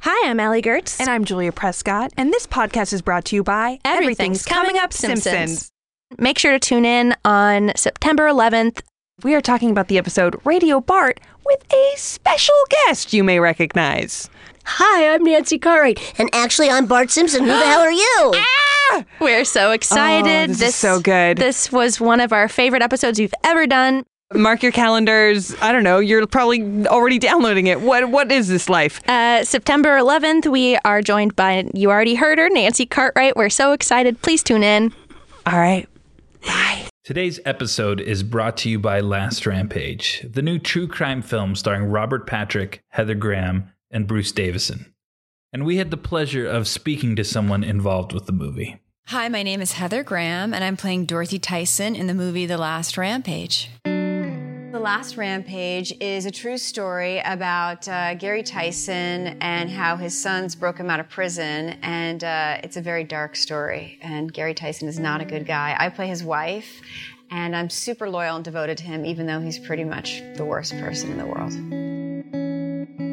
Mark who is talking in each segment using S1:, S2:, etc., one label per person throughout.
S1: Hi, I'm Allie Gertz.
S2: And I'm Julia Prescott, and this podcast is brought to you by
S1: Everything's Coming Up Simpsons. make sure to tune in on September 11th.
S2: We are talking about the episode Radio Bart with a special guest you may recognize.
S3: Hi, I'm Nancy Cartwright. And actually, I'm Bart Simpson. Who the hell are you?
S2: Ah!
S1: We're so excited.
S2: this is so good.
S1: This was one of our favorite episodes we've ever done.
S2: Mark your calendars. I don't know. You're probably already downloading it. What What is this life?
S1: Uh, September 11th, we are joined by, you already heard her, Nancy Cartwright. We're so excited. Please tune in.
S2: All right.
S4: Today's episode is brought to you by Last Rampage, the new true crime film starring Robert Patrick, Heather Graham, and Bruce Davison. And we had the pleasure of speaking to someone involved with the movie.
S5: Hi, my name is Heather Graham, and I'm playing Dorothy Tyson in the movie The Last Rampage. The Last Rampage is a true story about uh, Gary Tyson and how his sons broke him out of prison, and uh, it's a very dark story. And Gary Tyson is not a good guy. I play his wife, and I'm super loyal and devoted to him, even though he's pretty much the worst person in the world.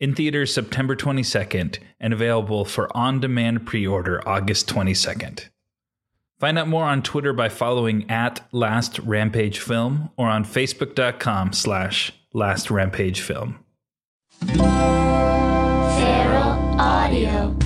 S4: In theaters September 22nd and available for on demand pre order August 22nd. Find out more on Twitter by following at Last Rampage Film or on Facebook.com slash Last Rampage Film.
S6: Feral Audio.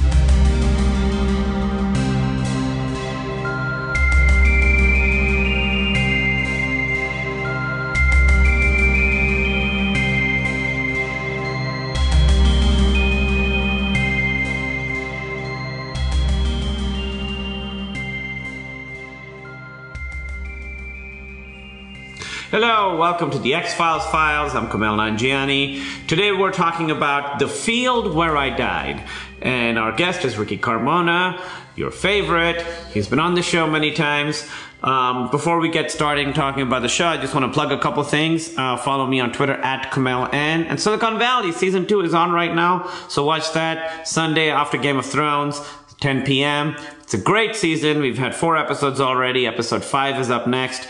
S7: Hello, welcome to the X Files Files. I'm Kamel Nanjiani. Today we're talking about The Field Where I Died. And our guest is Ricky Carmona, your favorite. He's been on the show many times. Um, before we get started talking about the show, I just want to plug a couple things. Uh, follow me on Twitter at Kamel N. And Silicon Valley season two is on right now, so watch that Sunday after Game of Thrones, 10 p.m. It's a great season. We've had four episodes already. Episode five is up next.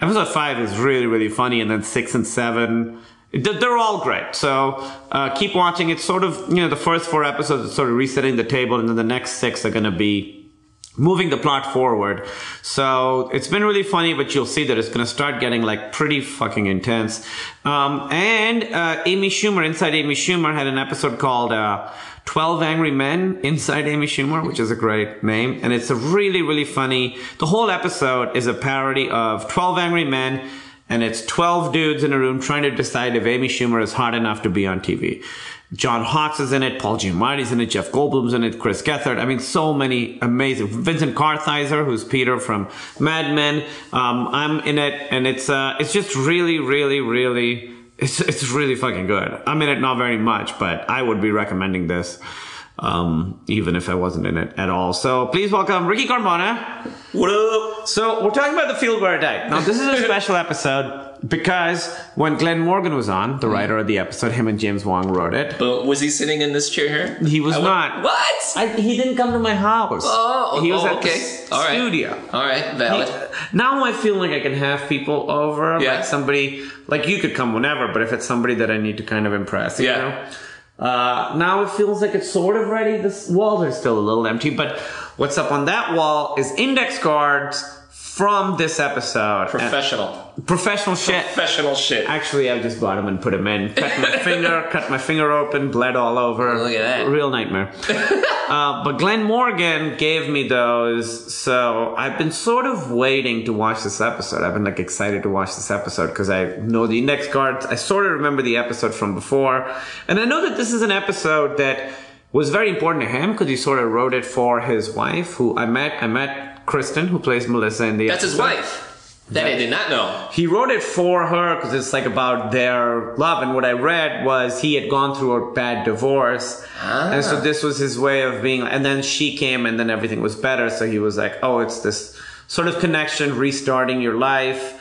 S7: Episode five is really, really funny, and then six and seven, th- they're all great. So uh, keep watching. It's sort of you know the first four episodes are sort of resetting the table, and then the next six are going to be moving the plot forward. So it's been really funny, but you'll see that it's going to start getting like pretty fucking intense. Um, and uh, Amy Schumer, Inside Amy Schumer, had an episode called uh, 12 Angry Men, Inside Amy Schumer, which is a great name. And it's a really, really funny, the whole episode is a parody of 12 Angry Men. And it's 12 dudes in a room trying to decide if Amy Schumer is hot enough to be on TV. John Hawkes is in it, Paul Giamatti's in it, Jeff Goldblum's in it, Chris Gethard. I mean, so many amazing. Vincent Kartheiser, who's Peter from Mad Men, um, I'm in it, and it's uh, it's just really, really, really, it's it's really fucking good. I'm in it not very much, but I would be recommending this, um, even if I wasn't in it at all. So please welcome Ricky Carmona. What up? So we're talking about the field where I died. Now this is a special episode because when Glenn Morgan was on, the writer of the episode, him and James Wong wrote it.
S8: But was he sitting in this chair here?
S7: He was
S8: I wa-
S7: not.
S8: What?
S7: I, he didn't come to my house.
S8: oh,
S7: he was
S8: oh,
S7: at
S8: okay.
S7: the
S8: All
S7: s-
S8: right.
S7: studio.
S8: All right, valid.
S7: He- now I feel like I can have people over.
S8: Yeah.
S7: Like somebody, like you could come whenever, but if it's somebody that I need to kind of impress, you
S8: Yeah.
S7: know? Uh, now it feels like it's sort of ready. This walls are still a little empty, but what's up on that wall is index cards from this episode.
S8: Professional.
S7: And- professional shit.
S8: Professional shit.
S7: Actually, I just bought them and put them in. Cut my finger, cut my finger open, bled all over.
S8: Oh, Look at that.
S7: Real nightmare. uh, but Glenn Morgan gave me those, so I've been sort of waiting to watch this episode. I've been like excited to watch this episode because I know the index cards. I sort of remember the episode from before, and I know that this is an episode that was very important to him because he sort of wrote it for his wife, who I met. I met Kristen, who plays Melissa in the.
S8: That's his
S7: episode
S8: wife. That I did not know.
S7: he wrote it for her because it's like about their love. And what I read was he had gone through a bad divorce, and
S8: Ah.
S7: so this was his way of being. And then she came, and then everything was better. So he was like, "Oh, it's this sort of connection, restarting your life."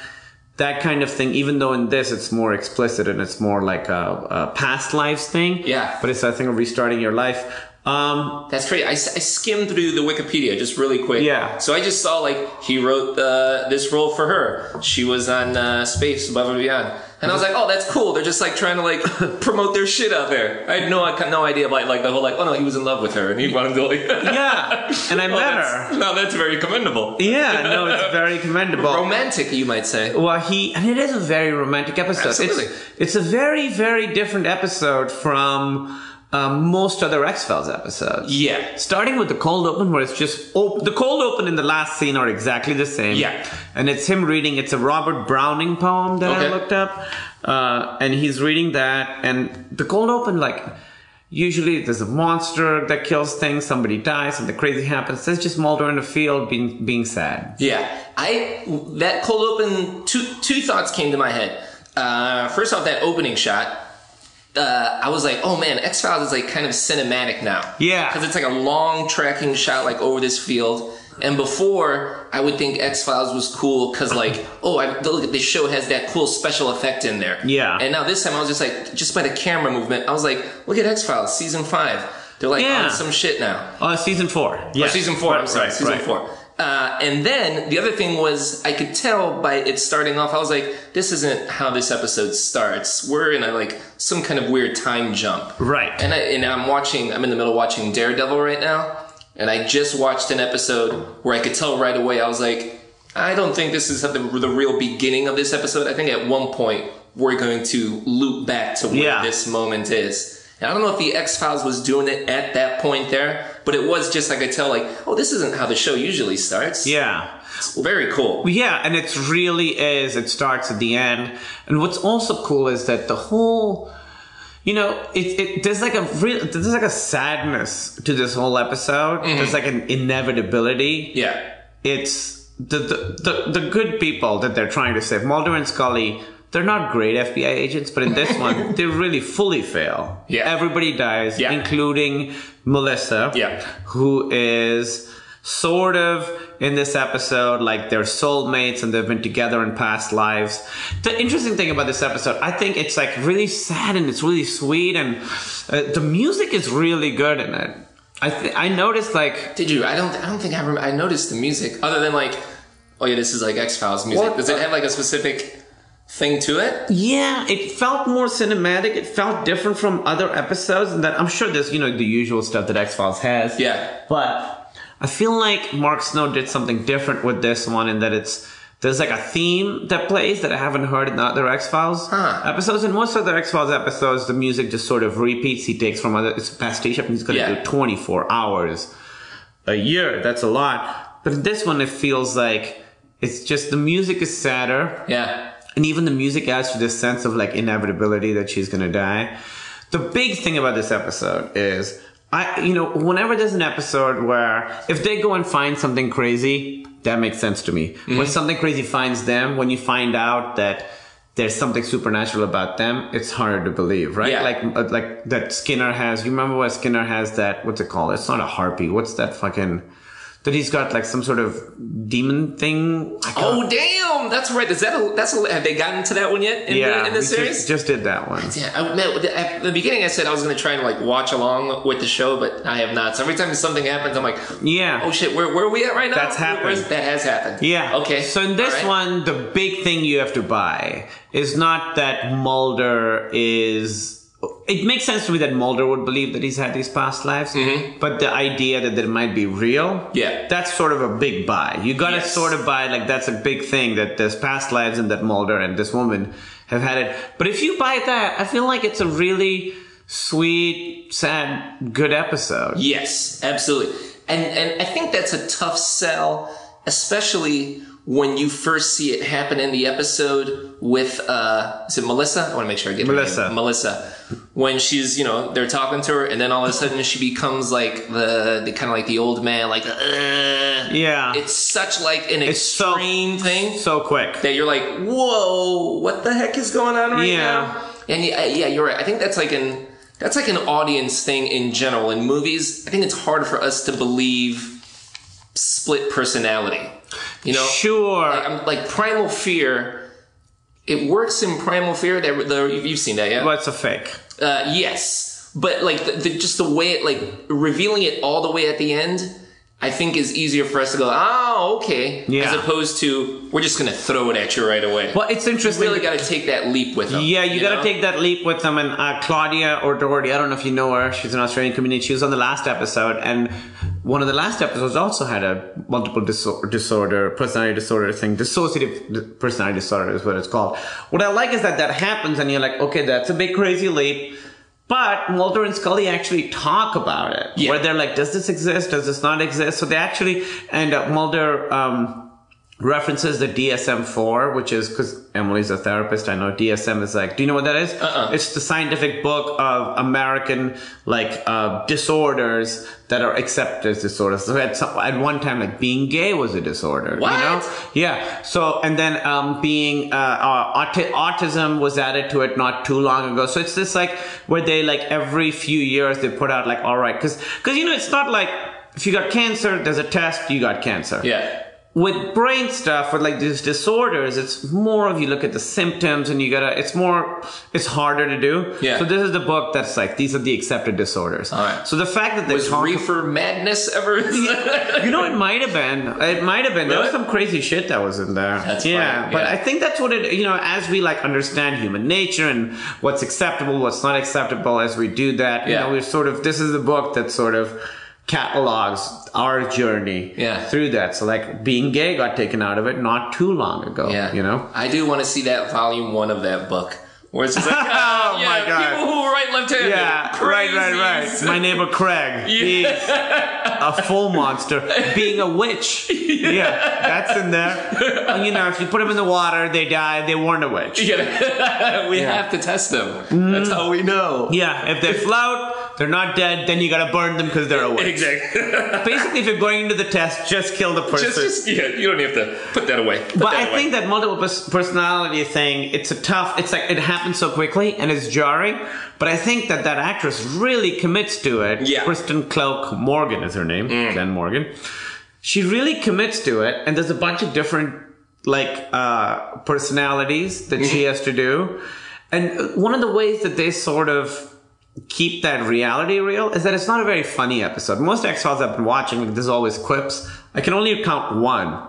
S7: That kind of thing, even though in this it's more explicit and it's more like a, a past lives thing.
S8: Yeah.
S7: But it's that thing of restarting your life. Um,
S8: That's crazy. I, s- I skimmed through the Wikipedia just really quick.
S7: Yeah.
S8: So I just saw like he wrote uh, this role for her. She was on uh, Space Above and Beyond, and I was like, oh, that's cool. They're just like trying to like promote their shit out there. I had no I- no idea about like the whole like oh no he was in love with her and he wanted to like
S7: yeah. And I
S8: Oh,
S7: met
S8: that's-
S7: her.
S8: No, that's very commendable.
S7: Yeah, no, it's very commendable.
S8: Romantic, you might say.
S7: Well, he and it is a very romantic episode.
S8: Absolutely.
S7: It's, it's a very very different episode from um, most other X Files episodes.
S8: Yeah.
S7: Starting with the cold open, where it's just op- the cold open and the last scene are exactly the same.
S8: Yeah.
S7: And it's him reading. It's a Robert Browning poem that I
S8: Okay.
S7: looked up, uh, and he's reading that. And the cold open, like. Usually, there's a monster that kills things. Somebody dies, something crazy happens. There's just Mulder in the field being being sad.
S8: Yeah, I that cold open. Two two thoughts came to my head. Uh, first off, that opening shot. Uh, I was like, oh man, X Files is like kind of cinematic now.
S7: Yeah.
S8: because it's like a long tracking shot, like over this field. And before, I would think X Files was cool because like, oh, I, look, this show has that cool special effect in there.
S7: Yeah.
S8: And now this time, I was just like, just by the camera movement, I was like, look at X Files season five. They're like
S7: Yeah.
S8: on some shit now.
S7: Uh, season four.
S8: Or
S7: Yeah.
S8: Oh, season four.
S7: Right,
S8: I'm sorry,
S7: right,
S8: season
S7: right.
S8: four. Uh, and then the other thing was I could tell by it starting off. I was like, this isn't how this episode starts. We're in a like some kind of weird time jump.
S7: Right.
S8: And I and I'm watching. I'm in the middle of watching Daredevil right now, and I just watched an episode where I could tell right away. I was like, I don't think this is the, the real beginning of this episode. I think at one point we're going to loop back to where
S7: Yeah.
S8: this moment is. And I don't know if the X Files was doing it at that point there, but it was just like I tell, like, oh, this isn't how the show usually starts.
S7: Yeah.
S8: It's very cool.
S7: Yeah, and it's really is. It starts at the end. And what's also cool is that the whole you know, it, it there's like a real there's like a sadness to this whole episode. There's like an inevitability.
S8: Mm-hmm. yeah,
S7: It's the, the the the good people that they're trying to save. Mulder and Scully, they're not great FBI agents, but in this one, they really fully fail.
S8: Yeah.
S7: Everybody dies,
S8: Yeah.
S7: including Melissa.
S8: Yeah.
S7: who is sort of in this episode like they're soulmates and they've been together in past lives. The interesting thing about this episode, I think it's like really sad and it's really sweet and uh, the music is really good in it. I th- I noticed like
S8: did you? I don't. I don't think I remember. I noticed the music, other than like, oh yeah, this is like X Files music.
S7: What?
S8: Does it have like a specific thing to it?
S7: yeah, it felt more cinematic. It felt different from other episodes and that I'm sure there's you know the usual stuff that X-Files has.
S8: Yeah.
S7: But I feel like Mark Snow did something different with this one in that it's there's like a theme that plays that I haven't heard in the other X Files
S8: Huh.
S7: episodes. In most other X Files episodes, the music just sort of repeats. He takes from other it's pastiche and he's gonna
S8: Yeah.
S7: do 24 hours a year. That's a lot. But in this one, it feels like it's just the music is sadder.
S8: Yeah.
S7: And even the music adds to this sense of like inevitability that she's gonna die. The big thing about this episode is I you know, whenever there's an episode where if they go and find something crazy, that makes sense to me.
S8: Mm-hmm.
S7: When something crazy finds them, when you find out that there's something supernatural about them, it's harder to believe, right?
S8: Yeah.
S7: Like uh, like that Skinner has you remember what Skinner has that what's it called? It's not a harpy. What's that fucking that he's got like some sort of demon thing? I can't-
S8: Oh damn! That's right. Is that a, that's a, have they gotten to that one yet in the in the
S7: we just-
S8: series?
S7: Just, did that one.
S8: Yeah, I, man, at the beginning I said I was going to try and like watch along with the show, but I have not. So every time something happens, I'm like,
S7: Yeah.
S8: oh shit, where, where are we at right now?
S7: That's happened.
S8: Where's- that has happened.
S7: Yeah.
S8: Okay.
S7: So in this
S8: All right.
S7: one, the big thing you have to buy is not that Mulder is it makes sense to me that Mulder would believe that he's had these past lives, but the idea that there might be real,
S8: Mm-hmm. Yeah.
S7: that's sort of a big buy. You gotta
S8: Yes.
S7: sort of buy like that's a big thing that there's past lives and that Mulder and this woman have had it. But if you buy that, I feel like it's a really sweet, sad, good episode.
S8: Yes, absolutely. And and I think that's a tough sell, especially when you first see it happen in the episode with uh is it Melissa? I want to make sure I get her
S7: Melissa.
S8: name. Melissa. When she's, you know, they're talking to her and then all of a sudden she becomes like the, the kind of like the old man like uh,
S7: Yeah.
S8: It's such like an
S7: It's so-
S8: extreme thing
S7: so quick.
S8: that you're like, "Whoa, what the heck is going on right
S7: Yeah.
S8: now?" And yeah, yeah, you're right. I think that's like an that's like an audience thing in general in movies. I think it's hard for us to believe split personality. You know,
S7: sure.
S8: Like, I'm, like Primal Fear. It works in Primal Fear. That the, you've seen that, yeah?
S7: What's a fake?
S8: Uh, yes, but like the, the, just the way it like revealing it all the way at the end, I think is easier for us to go, oh, okay,
S7: Yeah.
S8: as opposed to we're just gonna throw it at you right away.
S7: Well, it's interesting.
S8: You really got to take that leap with them.
S7: Yeah, you, gotta
S8: know?
S7: take that leap with them. And uh, Claudia or Doherty, I don't know if you know her, she's an Australian comedian. She was on the last episode, and one of the last episodes also had a multiple disor- disorder, personality disorder thing. Dissociative di- personality disorder is what it's called. What I like is that that happens, and you're like, okay, that's a big crazy leap. But Walter and Scully actually talk about it,
S8: Yeah.
S7: where they're like, "Does this exist? Does this not exist?" So they actually, and uh, Mulder um, references the DSM-4, which is because Emily's a therapist. I know DSM is like, do you know what that is? Uh-uh. It's the scientific book of American like uh, disorders that are accepted as disorders. So at, some, at one time, like being gay was a disorder. You know?
S8: What?
S7: Yeah. So and then um, being uh, uh, auti- autism was added to it not too long ago. So it's this like where they like every few years they put out like all right because because you know it's not like if you got cancer there's a test you got cancer
S8: Yeah.
S7: with brain stuff with like these disorders it's more of you look at the symptoms and you gotta it's more it's harder to do
S8: Yeah.
S7: so this is the book that's like these are the accepted disorders all
S8: right.
S7: so the fact that they
S8: Was
S7: talk-
S8: reefer madness ever?
S7: you know, it might have been. It might have been. There was
S8: Really?
S7: some crazy shit that was in there.
S8: That's
S7: yeah,
S8: funny,
S7: but
S8: yeah.
S7: I think that's what it. You know, as we like understand human nature and what's acceptable, what's not acceptable, as we do that, you
S8: Yeah.
S7: know, we're sort of. This is the book that sort of catalogs our journey
S8: Yeah.
S7: through that. So, like, being gay got taken out of it not too long ago.
S8: yeah.
S7: you know.
S8: I do want to see that volume one of that book where it's just like, oh,
S7: Oh,
S8: yeah,
S7: my God.
S8: people who write left-handed.
S7: Yeah, right, right, right.
S8: Crazies.
S7: My neighbor Craig, he's a full monster, being a witch. Yeah, that's in there. And, You know, if you put them in the water, they die. They weren't a witch.
S8: Yeah. we have to test them.
S7: Mm-hmm.
S8: That's how we know.
S7: Yeah, if they float, they're not dead. Then you gotta burn them because they're a witch.
S8: Exactly.
S7: Basically, if you're going into the test, just kill the person.
S8: just, just yeah. You don't have to put that away. Put
S7: but
S8: that
S7: I
S8: away.
S7: think that multiple pers- personality thing, it's a tough, it's like, it happens so quickly and it's jarring. But I think that that actress really commits to it.
S8: Yeah. Mm.
S7: Kristen Cloak Morgan is her name, Jen Morgan. She really commits to it. And there's a bunch of different, like, uh, personalities that
S8: Mm-hmm.
S7: she has to do. And one of the ways that they sort of keep that reality real is that it's not a very funny episode. Most X Files I've been watching, like, there's always quips. I can only count one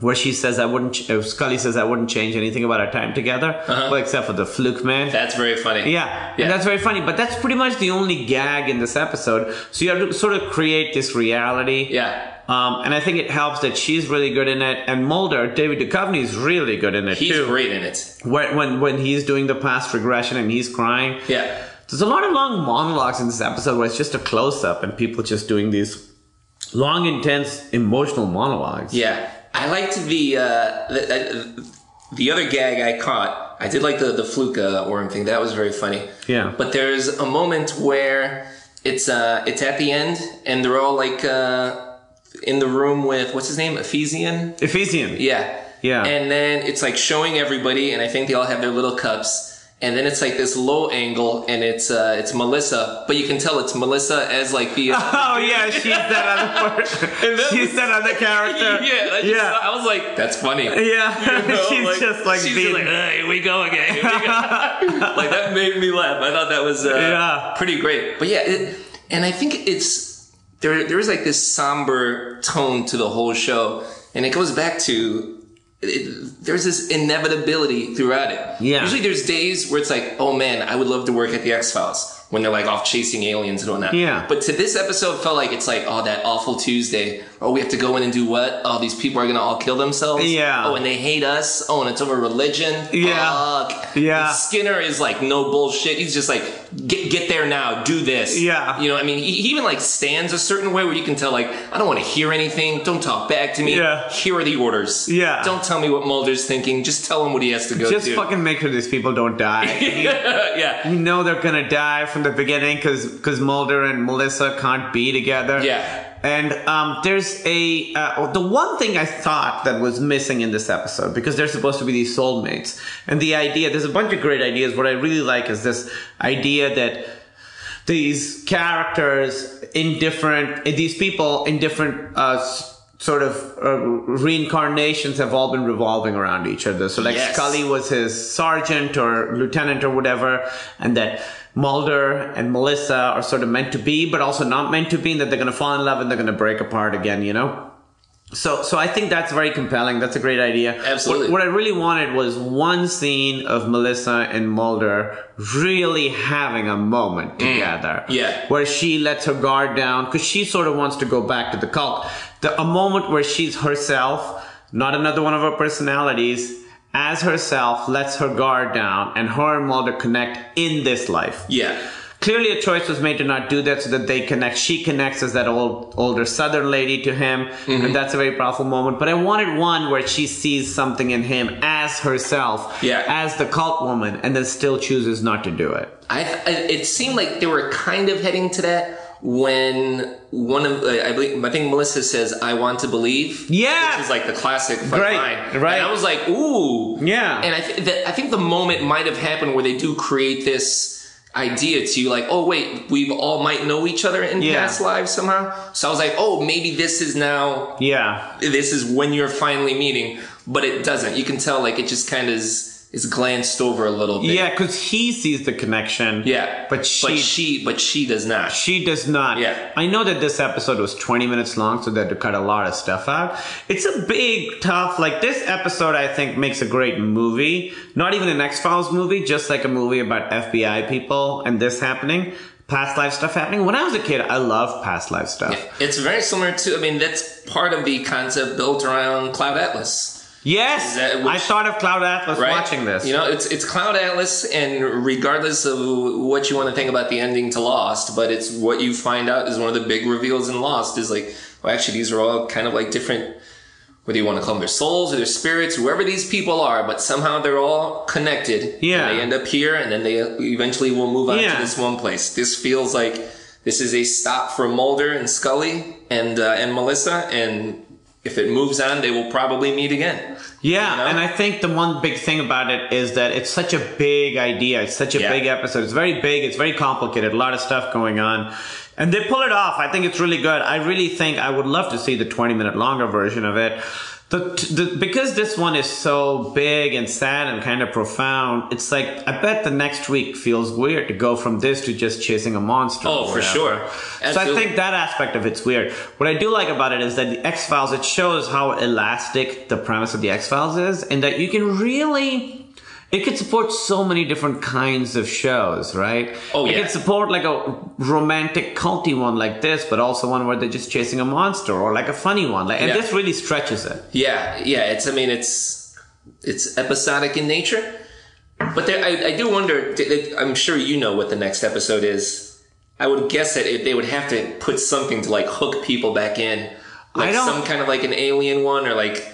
S7: where she says I wouldn't. Ch- uh, Scully says I wouldn't change anything about our time together, well, except for the fluke man.
S8: that's very funny.
S7: yeah,
S8: Uh-huh. Yeah.
S7: And that's very funny. But that's pretty much the only gag in this episode. So you have to sort of create this reality.
S8: Yeah.
S7: Um, and I think it helps that she's really good in it, and Mulder, David Duchovny, is really good in it
S8: He's
S7: too.
S8: great in it.
S7: When, when when he's doing the past regression and he's crying.
S8: Yeah.
S7: There's a lot of long monologues in this episode where it's just a close up and people just doing these long, intense, emotional monologues.
S8: Yeah, I liked the uh, the, uh, the other gag I caught. I did like the the fluke uh, worm thing. That was very funny.
S7: Yeah.
S8: But there's a moment where it's uh it's at the end and they're all like uh in the room with what's his name Ephesian.
S7: Ephesian.
S8: Yeah.
S7: Yeah.
S8: And then it's like showing everybody, and I think they all have their little cups. And then it's like this low angle, and it's uh, it's Melissa, but you can tell it's Melissa as like the uh,
S7: Oh yeah, she's that other person.
S8: that
S7: she's
S8: was-
S7: that other character.
S8: yeah, I, just-
S7: yeah,
S8: I was like, that's funny.
S7: yeah.
S8: know,
S7: she's just like
S8: she's
S7: being.
S8: like, "Hey, here we go again. here we go." like that made me laugh. I thought that was uh,
S7: Yeah.
S8: pretty great. But yeah, it, and I think it's there. There is like this somber tone to the whole show, and it goes back to it, there's this inevitability throughout it.
S7: Yeah.
S8: Usually there's days where it's like, oh man, I would love to work at the X Files when they're like off chasing aliens and whatnot.
S7: Yeah.
S8: But to this episode felt like it's like, oh, that awful Tuesday. Oh, we have to go in and do what? Oh, these people are gonna all kill themselves.
S7: Yeah.
S8: Oh, and they hate us. Oh, and it's over religion.
S7: Yeah.
S8: Fuck.
S7: Yeah.
S8: And Skinner is like no bullshit. He's just like, get get there now. Do this.
S7: Yeah.
S8: You know, I mean, he he even like stands a certain way where you can tell like, I don't want to hear anything. Don't talk back to me.
S7: Yeah.
S8: Here are the orders.
S7: Yeah.
S8: Don't tell me what Mulder's thinking. Just tell him what he has to go
S7: Just
S8: do.
S7: fucking make sure these people don't die.
S8: yeah.
S7: you know they're gonna die from the beginning because Mulder and Melissa can't be together.
S8: Yeah.
S7: And um, there's a uh, the one thing I thought that was missing in this episode because they're supposed to be these soulmates, and the idea there's a bunch of great ideas. What I really like is this idea that these characters in different these people in different uh, s- sort of uh, reincarnations have all been revolving around each other so like
S8: Yes.
S7: scully was his sergeant or lieutenant or whatever and that mulder and melissa are sort of meant to be but also not meant to be and that they're going to fall in love and they're going to break apart again you know so, so I think that's very compelling. That's a great idea.
S8: Absolutely.
S7: What, what I really wanted was one scene of Melissa and Mulder really having a moment together.
S8: Yeah.
S7: Where she lets her guard down because she sort of wants to go back to the cult. The, a moment where she's herself, not another one of her personalities, as herself, lets her guard down, and her and Mulder connect in this life
S8: Yeah.
S7: clearly a choice was made to not do that so that they connect she connects as that old older southern lady to him and that's a very powerful moment but i wanted one where she sees something in him as herself
S8: Yeah.
S7: as the cult woman and then still chooses not to do it
S8: I, I it seemed like they were kind of heading to that when one of uh, I believe I think Melissa says I want to believe.
S7: Yeah.
S8: which is like the classic fucking
S7: Right,
S8: line.
S7: right.
S8: And I was like, ooh,
S7: Yeah.
S8: And I th- that I think the moment might have happened where they do create this idea to you like oh wait we all might know each other in
S7: Yeah.
S8: past lives somehow so i was like oh maybe this is now
S7: yeah
S8: this is when you're finally meeting but it doesn't you can tell like it just kind of is, is glanced over a little bit
S7: yeah because he sees the connection
S8: yeah,
S7: but she,
S8: but
S7: she
S8: she, but she does not.
S7: does not.
S8: Yeah.
S7: I know that this episode was 20 minutes long, so they had to cut a lot of stuff out. It's a big, tough, like this episode, I think, makes a great movie. Not even an X Files movie, just like a movie about FBI people and this happening, past life stuff happening. When I was a kid, I loved past life stuff.
S8: It's very similar to. I mean, that's part of the concept built around Cloud Atlas.
S7: Yes!
S8: that which-
S7: I thought of Cloud Atlas
S8: Right?
S7: watching this.
S8: you know, it's it's Cloud Atlas, and regardless of what you want to think about the ending to Lost, but it's what you find out is one of the big reveals in Lost is like, well, actually, these are all kind of like different. Whether you want to call them their souls or their spirits, whoever these people are, but somehow they're all connected.
S7: Yeah.
S8: And they end up here, and then they eventually will move on
S7: Yeah.
S8: to this one place. This feels like this is a stop for Mulder and Scully and uh, and Melissa, and if it moves on, they will probably meet again.
S7: Yeah,
S8: You know?
S7: and I think the one big thing about it is that it's such a big idea. It's such a
S8: Yeah.
S7: big episode. It's very big. It's very complicated. A lot of stuff going on. And they pull it off. I think it's really good. I really think I would love to see the 20 minute longer version of it. The, the, because this one is so big and sad and kind of profound, it's like, I bet the next week feels weird to go from this to just chasing a monster. or
S8: Oh, for
S7: whatever.
S8: sure.
S7: So I
S8: Absolutely.
S7: think that aspect of it's weird. What I do like about it is that the X Files it shows how elastic the premise of the X Files is, and that you can really it could support so many different kinds of shows, right?
S8: Oh,
S7: It
S8: yeah.
S7: could support like a romantic culty one like this, but also one where they're just chasing a monster, or like a funny one. Like, and
S8: Yeah.
S7: this really stretches it.
S8: Yeah, yeah. It's I mean it's it's episodic in nature, but there, I, I do wonder. th- th- I'm sure you know what the next episode is. I would guess that it, they would have to put something to like hook people back in, like
S7: don't-
S8: some kind of like an alien one or like.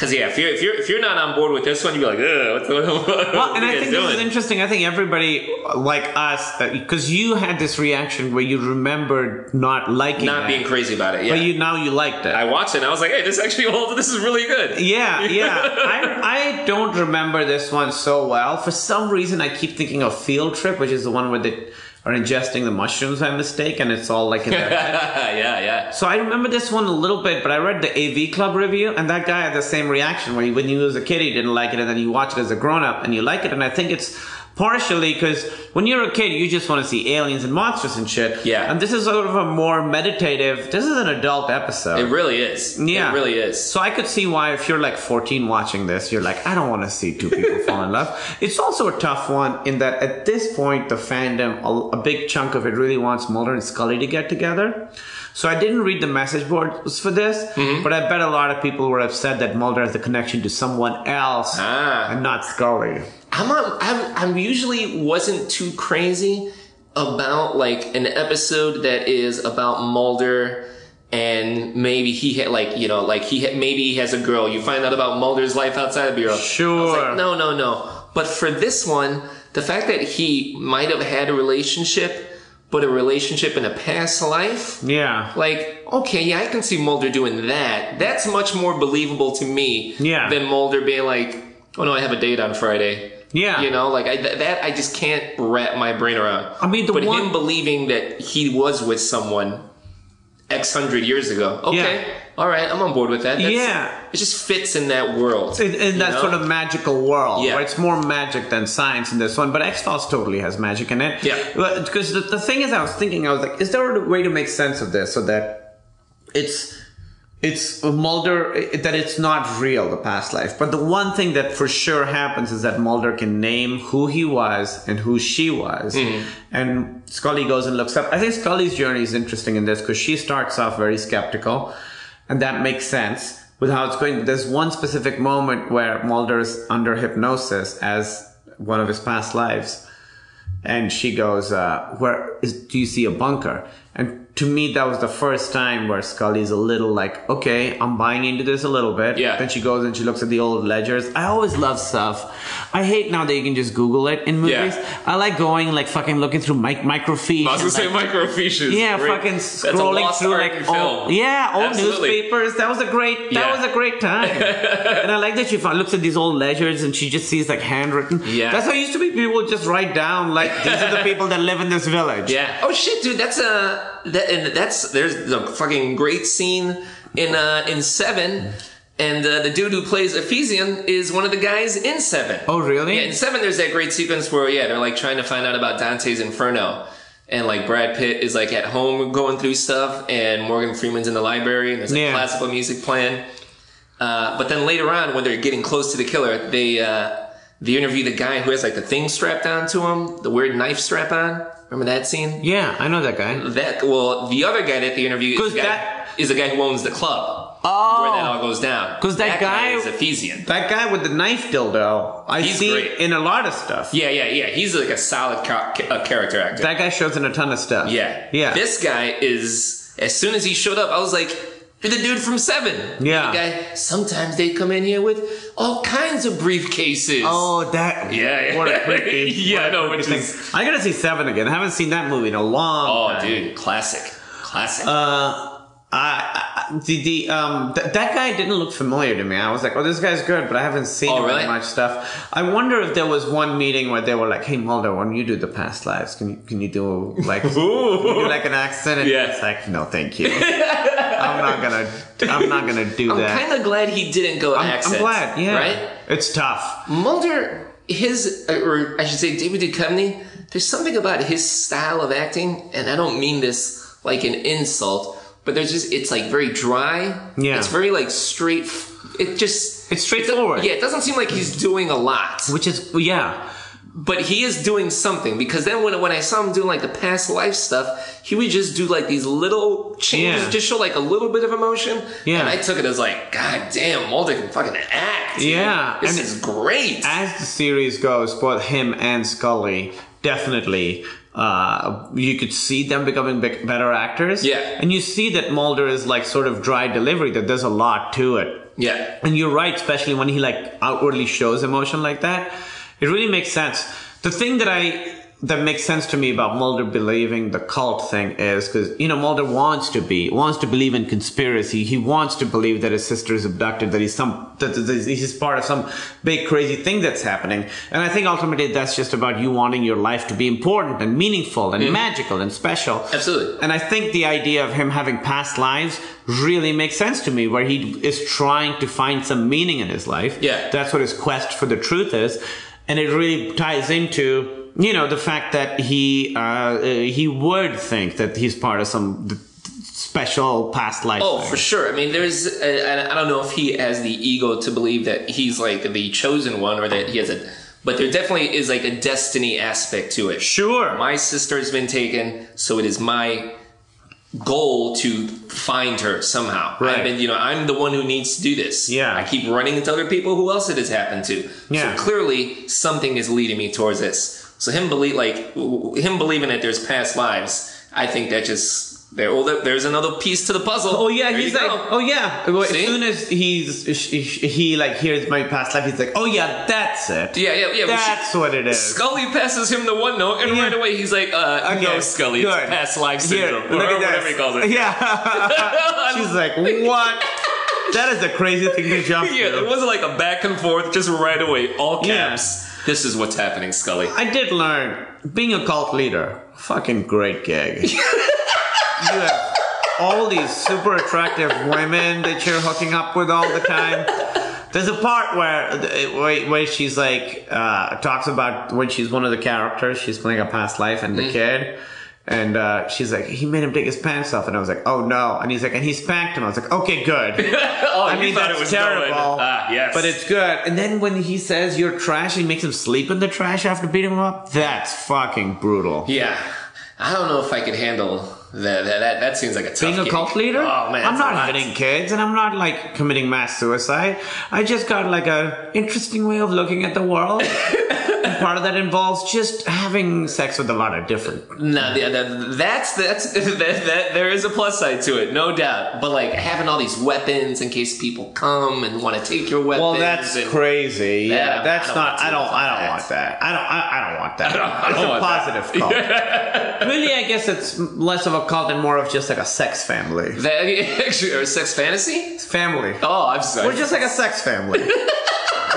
S8: Cause yeah, if you're if you're if you're not on board with this one, you'd be like, Ugh, what the what
S7: Well,
S8: are
S7: and
S8: you
S7: I think
S8: guys
S7: this is
S8: doing?"
S7: interesting. I think everybody uh, like us, because you had this reaction where you remembered not liking
S8: Not
S7: it,
S8: being crazy about it. Yeah,
S7: but you now you liked it.
S8: I watched it and I was like, hey, this actually holds. This is really good.
S7: Yeah, yeah. I, I don't remember this one so well. For some reason, I keep thinking of Field Trip, which is the one where they are ingesting the mushrooms by mistake, and it's all like in their head.
S8: yeah, yeah.
S7: So I remember this one a little bit, but I read the AV Club review, and that guy had the same reaction where he, when you was a kid, he didn't like it, and then you watch it as a grown up and you like it. And I think it's Partially because when you're a kid, you just want to see aliens and monsters and shit.
S8: Yeah.
S7: And this is sort of a more meditative. This is an adult episode.
S8: It really is.
S7: Yeah.
S8: It really is.
S7: So I could see why if you're like 14 watching this, you're like, I don't want to see two people fall in love. It's also a tough one in that at this point, the fandom, a, a big chunk of it really wants Mulder and Scully to get together. So I didn't read the message boards for this,
S8: Mm-hmm.
S7: but I bet a lot of people were upset that Mulder has a connection to someone else
S8: Ah.
S7: and not Scully.
S8: I'm not, I'm, I'm usually wasn't too crazy about like an episode that is about Mulder and maybe he had like you know like he had, maybe he has a girl. You find out about Mulder's life outside of Bureau. I was
S7: Sure.
S8: like, no, no, no. But for this one, the fact that he might have had a relationship, but a relationship in a past life.
S7: Yeah.
S8: Like, okay, yeah, I can see Mulder doing that. That's much more believable to me
S7: Yeah.
S8: than Mulder being like, oh no, I have a date on Friday.
S7: Yeah.
S8: You know, like I, th- that I just can't wrap my brain around.
S7: I mean, the
S8: but
S7: one-
S8: him believing that he was with someone X hundred years ago. Okay.
S7: Yeah.
S8: All right, I'm on board with that. That's,
S7: Yeah.
S8: It just fits in that world.
S7: in, in
S8: you
S7: that
S8: know?
S7: sort of magical world.
S8: Yeah.
S7: Where it's more magic than science in this one, but X Files totally has magic in it.
S8: Yeah.
S7: Because the, the thing is, I was thinking, I was like, is there a way to make sense of this so that it's it's Mulder that it's not real the past life. But the one thing that for sure happens is that Mulder can name who he was and who she was, and Scully goes and looks up. I think Scully's journey is interesting in this because she starts off very skeptical, and that makes sense with how it's going. There's one specific moment where Mulder's under hypnosis as one of his past lives, and she goes, uh, "Where is, do you see a bunker?" And to me, that was the first time where Scully's a little like, "Okay, I'm buying into this a little bit."
S8: Yeah.
S7: Then she goes and she looks at the old ledgers. I always love stuff. I hate now that you can just Google it in movies.
S8: Yeah.
S7: I like going like fucking looking through mic- microfiche.
S8: I was gonna
S7: and,
S8: say
S7: like,
S8: microfiches.
S7: yeah,
S8: Great.
S7: fucking
S8: That's a
S7: scrolling
S8: lost
S7: through
S8: art
S7: like
S8: in
S7: old,
S8: film.
S7: yeah, old
S8: Absolutely.
S7: newspapers. That was a great. That
S8: Yeah.
S7: was a great time. and I like that she found, looks at these old ledgers and she just sees like handwritten.
S8: Yeah.
S7: that's how it used to be. People would just write down like these are the people that live in this village.
S8: Yeah. Oh shit, dude. That's a that and that's there's a fucking great scene in uh in Seven, and uh, the dude who plays Ephesian is one of the guys in Seven.
S7: Oh, really?
S8: Yeah. In Seven, there's that great sequence where yeah they're like trying to find out about Dante's Inferno. And like Brad Pitt is like at home going through stuff, and Morgan Freeman's in the library, and there's like
S7: Yeah.
S8: classical music playing. Uh, but then later on, when they're getting close to the killer, they uh, they interview the guy who has like the thing strapped onto him, the weird knife strap on. Remember that scene?
S7: Yeah, I know that guy.
S8: That well, the other guy that they interview is
S7: 'Cause
S8: the guy,
S7: that-
S8: is the guy who owns the club. where that all
S7: Oh,
S8: goes down.
S7: 'Cause that guy-
S8: is Ephesian.
S7: that guy with the knife dildo. I
S8: He's
S7: see
S8: great.
S7: in a lot of stuff.
S8: Yeah, yeah, yeah. He's like a solid ca- ca- a character actor.
S7: that guy shows in a ton of stuff.
S8: yeah,
S7: yeah.
S8: This guy is. As soon as he showed up, I was like, "You're the dude from Seven.
S7: Yeah.
S8: The guy. Sometimes they come in here with all kinds of briefcases.
S7: Oh, that
S8: Yeah, yeah.
S7: What a creepy,
S8: Yeah,
S7: what a
S8: I know,
S7: creepy
S8: which
S7: thing.
S8: is-
S7: I gotta see Seven again. I haven't seen that movie in a long.
S8: oh,
S7: time.
S8: dude, classic, classic.
S7: Uh, I, I the, the um th- that guy didn't look familiar to me. I was like, oh, this guy's good, but I haven't seen
S8: Oh,
S7: him in
S8: really?
S7: much stuff. I wonder if there was one meeting where they were like, hey Mulder, why don't you do the past lives? Can you can you do like can you do like an accent? And
S8: Yeah.
S7: it's like, no, thank you. I'm not gonna I'm not gonna do
S8: I'm
S7: that.
S8: kind of glad he didn't go
S7: I'm,
S8: accents.
S7: I'm glad. Yeah,
S8: Right.
S7: It's tough.
S8: Mulder, his, uh, or I should say David Duchovny, there's something about his style of acting, and I don't mean this like an insult, but there's just, it's like very dry.
S7: Yeah.
S8: It's very like straight, it just.
S7: It's straightforward.
S8: Yeah, it doesn't seem like he's doing a lot.
S7: Which is yeah.
S8: But he is doing something because then when, when I saw him doing like the past life stuff, he would just do like these little changes,
S7: Yeah.
S8: just show like a little bit of emotion.
S7: Yeah.
S8: And I took it as like, God damn, Mulder can fucking act. dude.
S7: Yeah,
S8: This
S7: and-
S8: is great.
S7: as the series goes, both him and Scully definitely. Uh, you could see them becoming be- better actors.
S8: Yeah.
S7: And you see that Mulder is like sort of dry delivery, that there's a lot to it.
S8: yeah.
S7: And you're right, especially when he like outwardly shows emotion like that. It really makes sense. The thing that I that makes sense to me about Mulder believing the cult thing is because you know Mulder wants to be wants to believe in conspiracy. He wants to believe that his sister is abducted, that he's some that, that he's part of some big crazy thing that's happening. And I think ultimately that's just about you wanting your life to be important and meaningful and magical and special.
S8: Absolutely.
S7: And I think the idea of him having past lives really makes sense to me, where he is trying to find some meaning in his life.
S8: Yeah.
S7: That's what his quest for the truth is. and it really ties into you know the fact that he uh, uh, he would think that he's part of some th- special past life.
S8: Oh,
S7: thing.
S8: for sure. I mean, there's, and I don't know if he has the ego to believe that he's like the chosen one or that he has a, but there definitely is like a destiny aspect to it.
S7: Sure.
S8: My sister has been taken, so it is my goal to find her somehow.
S7: Right.
S8: I've been, you know, I'm the one who needs to do this.
S7: Yeah.
S8: I keep running into other people. Who else it has happened to?
S7: Yeah.
S8: So clearly something is leading me towards this. So him believe, like, w- w- him believing that there's past lives, I think that just, there, well, there- there's another piece to the puzzle.
S7: Oh yeah,
S8: There
S7: he's
S8: you
S7: like,
S8: go.
S7: oh yeah. Well, as
S8: See?
S7: soon as he's he, he like hears my past life, he's like, oh yeah, that's it.
S8: Yeah, yeah, yeah. we
S7: That's
S8: should-
S7: what it is.
S8: Scully passes him the one note, and
S7: Yeah.
S8: right away he's like, uh,
S7: Okay,
S8: no, Scully,
S7: good.
S8: it's past life
S7: Here,
S8: syndrome,
S7: look
S8: or
S7: at
S8: whatever
S7: this.
S8: he calls it.
S7: Yeah. She's like, what? That is a crazy thing to jump
S8: Yeah,
S7: to.
S8: it wasn't like a back and forth, just right away, all
S7: Yeah.
S8: caps. This is what's happening, Scully.
S7: I did learn being a cult leader. Fucking great gig. you have all these super attractive women that you're hooking up with all the time. There's a part where where, where she's like uh, talks about when she's one of the characters. She's playing a past life and the kid. And uh, she's like, he made him take his pants off, and I was like, oh no! And he's like, and he spanked him. I was like, okay, good.
S8: Oh,
S7: I
S8: you
S7: mean,
S8: thought
S7: that's
S8: it was
S7: terrible.
S8: Going. Ah, yes.
S7: uh, But it's good. And then when he says you're trash, he makes him sleep in the trash after beating him up. That's fucking brutal.
S8: yeah. I don't know if I could handle that. That that, that seems like a tough
S7: Being a
S8: gig.
S7: cult leader,
S8: Oh man,
S7: I'm
S8: it's a
S7: not
S8: lot.
S7: hitting kids, and I'm not like committing mass suicide. I just got like a interesting way of looking at the world. and part of that involves just having sex with a lot of different.
S8: No, the, the, that's that's that, that there is a plus side to it, no doubt. But like having all these weapons in case people come and want to take your weapons.
S7: Well, that's
S8: and-
S7: crazy.
S8: I
S7: Yeah,
S8: don't-
S7: that's
S8: I don't
S7: not.
S8: want to
S7: I don't.
S8: live
S7: I
S8: like
S7: don't want that. I don't. I, I don't want that.
S8: don't- I
S7: it's
S8: don't
S7: a
S8: want that.
S7: positive cult. really, I guess it's less of a cult and more of just like a sex family.
S8: That actually or sex fantasy?
S7: Family.
S8: Oh, I'm sorry.
S7: We're just like a sex family.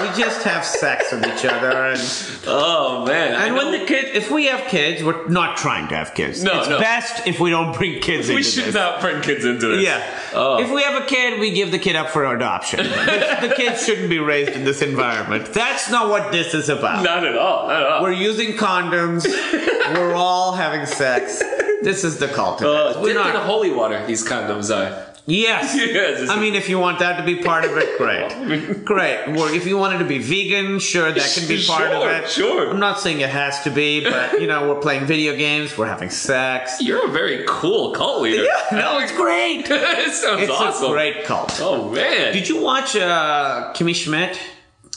S7: we just have sex with each other, and
S8: oh man. I
S7: and when
S8: know-
S7: the kid, if we have kids, we're not trying to have kids.
S8: No,
S7: it's
S8: no.
S7: best if we don't bring kids
S8: we
S7: into
S8: should
S7: this.
S8: not bring kids into this.
S7: Yeah.
S8: Oh.
S7: If we have a kid, we give the kid up for adoption. the kid shouldn't be raised in this environment. That's not what this is about.
S8: not at all. Not at all.
S7: We're using condoms. we're all having sex. This is the cult. of
S8: uh,
S7: it. We're
S8: dipped
S7: not.
S8: in holy water. These condoms are.
S7: Yes.
S8: Yes, it's-
S7: I mean, if you want that to be part of it, great. great. Well, if you want it to be vegan, sure, that can be part
S8: Sure,
S7: of it.
S8: sure.
S7: I'm not saying it has to be, but, you know, we're playing video games, we're having sex.
S8: You're a very cool cult leader.
S7: no, it's great.
S8: it sounds
S7: It's
S8: awesome.
S7: a great cult.
S8: Oh man.
S7: Did you watch uh, Kimmy Schmidt?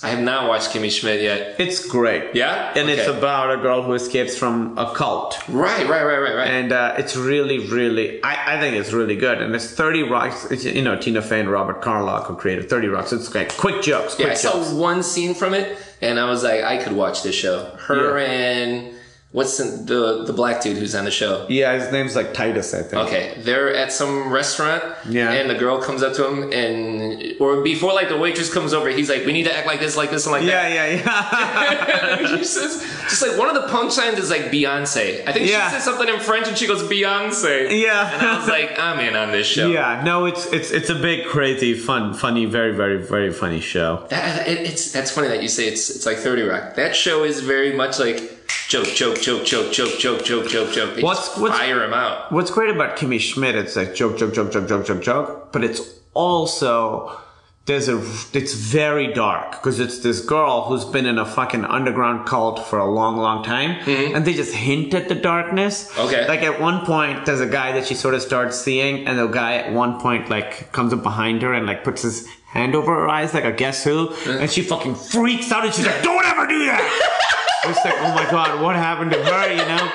S8: I have not watched Kimmy Schmidt yet.
S7: It's great.
S8: Yeah?
S7: And it's
S8: Okay.
S7: about a girl who escapes from a cult.
S8: Right, right, right, right, right.
S7: and uh, it's really, really. I, I think it's really good, and it's Thirty Rocks. It's, you know, Tina Fey and Robert Carlock who created Thirty Rocks. It's like quick jokes, quick
S8: Yeah, I
S7: jokes.
S8: saw one scene from it, and I was like, I could watch this show. Her
S7: Yeah.
S8: and what's the, the the black dude who's on the show?
S7: yeah, his name's like Titus, I think.
S8: Okay, they're at some restaurant,
S7: Yeah.
S8: and the girl comes up to him, and or before like the waitress comes over, he's like, "We need to act like this, like this, and like
S7: Yeah,
S8: that."
S7: yeah, yeah.
S8: And she says, just like one of the punchlines is like Beyonce. I think
S7: Yeah.
S8: she said something in French, and she goes Beyonce.
S7: Yeah.
S8: and I was like, I'm in on this show.
S7: yeah, no, it's it's it's a big, crazy, fun, funny, very, very, very funny show.
S8: That, it, it's that's funny that you say it's it's like Thirty Rock. That show is very much like joke, joke, joke, joke, joke, joke, joke, joke, joke. They
S7: What's-
S8: just
S7: what's-
S8: fire him out?
S7: What's great about Kimmy Schmidt? It's like joke, joke, joke, joke, joke, joke, joke, but it's also there's a it's very dark because it's this girl who's been in a fucking underground cult for a long long time and they just hint at the darkness
S8: Okay.
S7: like at one point there's a guy that she sort of starts seeing and the guy at one point like comes up behind her and like puts his hand over her eyes like a guess who and she fucking freaks out and she's like don't ever do that it's like oh my god what happened to her you know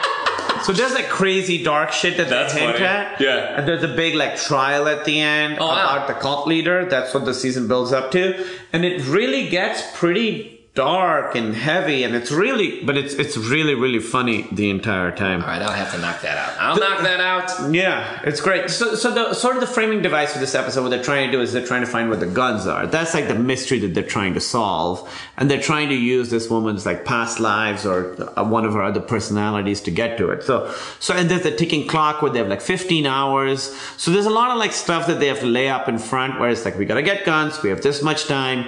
S7: so there's like crazy dark shit that
S8: That's
S7: they hint
S8: funny.
S7: at
S8: Yeah.
S7: and there's a big like trial at the end
S8: Oh, wow.
S7: about the cult leader. That's what the season builds up to, and it really gets pretty dark and heavy, and it's really, but it's it's really really funny the entire time.
S8: All right, I'll have to knock that out. I'll knock that out.
S7: Yeah, it's great. So, so the sort of the framing device for this episode, what they're trying to do is they're trying to find where the guns are. That's like the mystery that they're trying to solve, and they're trying to use this woman's like past lives or uh, one of her other personalities to get to it. So, so and there's a ticking clock where they have like 15 hours. So there's a lot of like stuff that they have to lay up in front, where it's like we gotta get guns, we have this much time.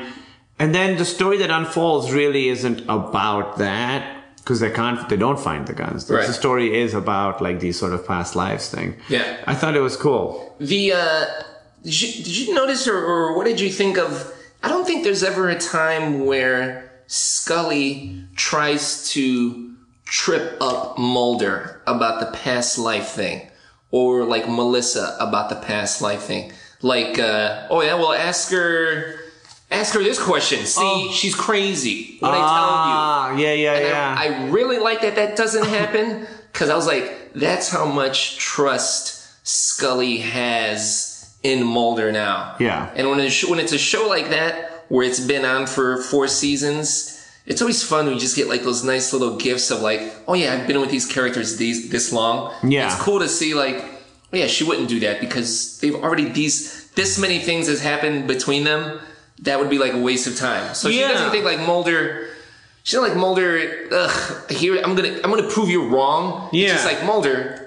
S7: And then the story that unfolds really isn't about that because they can't, they don't find the guns.
S8: Right.
S7: The story is about like these sort of past lives thing.
S8: Yeah.
S7: I thought it was cool.
S8: The uh, did, you, did you notice or, or what did you think of? I don't think there's ever a time where Scully tries to trip up Mulder about the past life thing, or like Melissa about the past life thing. Like, uh, oh yeah, well ask her, ask her this question. See, she's crazy. What I tell you.
S7: Ah, yeah, yeah,
S8: And I-
S7: yeah.
S8: I, really like that that doesn't happen because I was like, that's how much trust Scully has in Mulder now.
S7: Yeah.
S8: And when, it sh- when it's a show like that, where it's been on for four seasons, it's always fun when you just get like those nice little gifts of like, oh yeah, I've been with these characters these this long.
S7: Yeah.
S8: It's cool to see like, oh, yeah, she wouldn't do that because they've already these this many things has happened between them. That would be like a waste of time. So she
S7: Yeah.
S8: doesn't think like Mulder. She's not like Mulder. Ugh, here I'm gonna I'm gonna prove you wrong. It's
S7: Yeah.
S8: just like Mulder.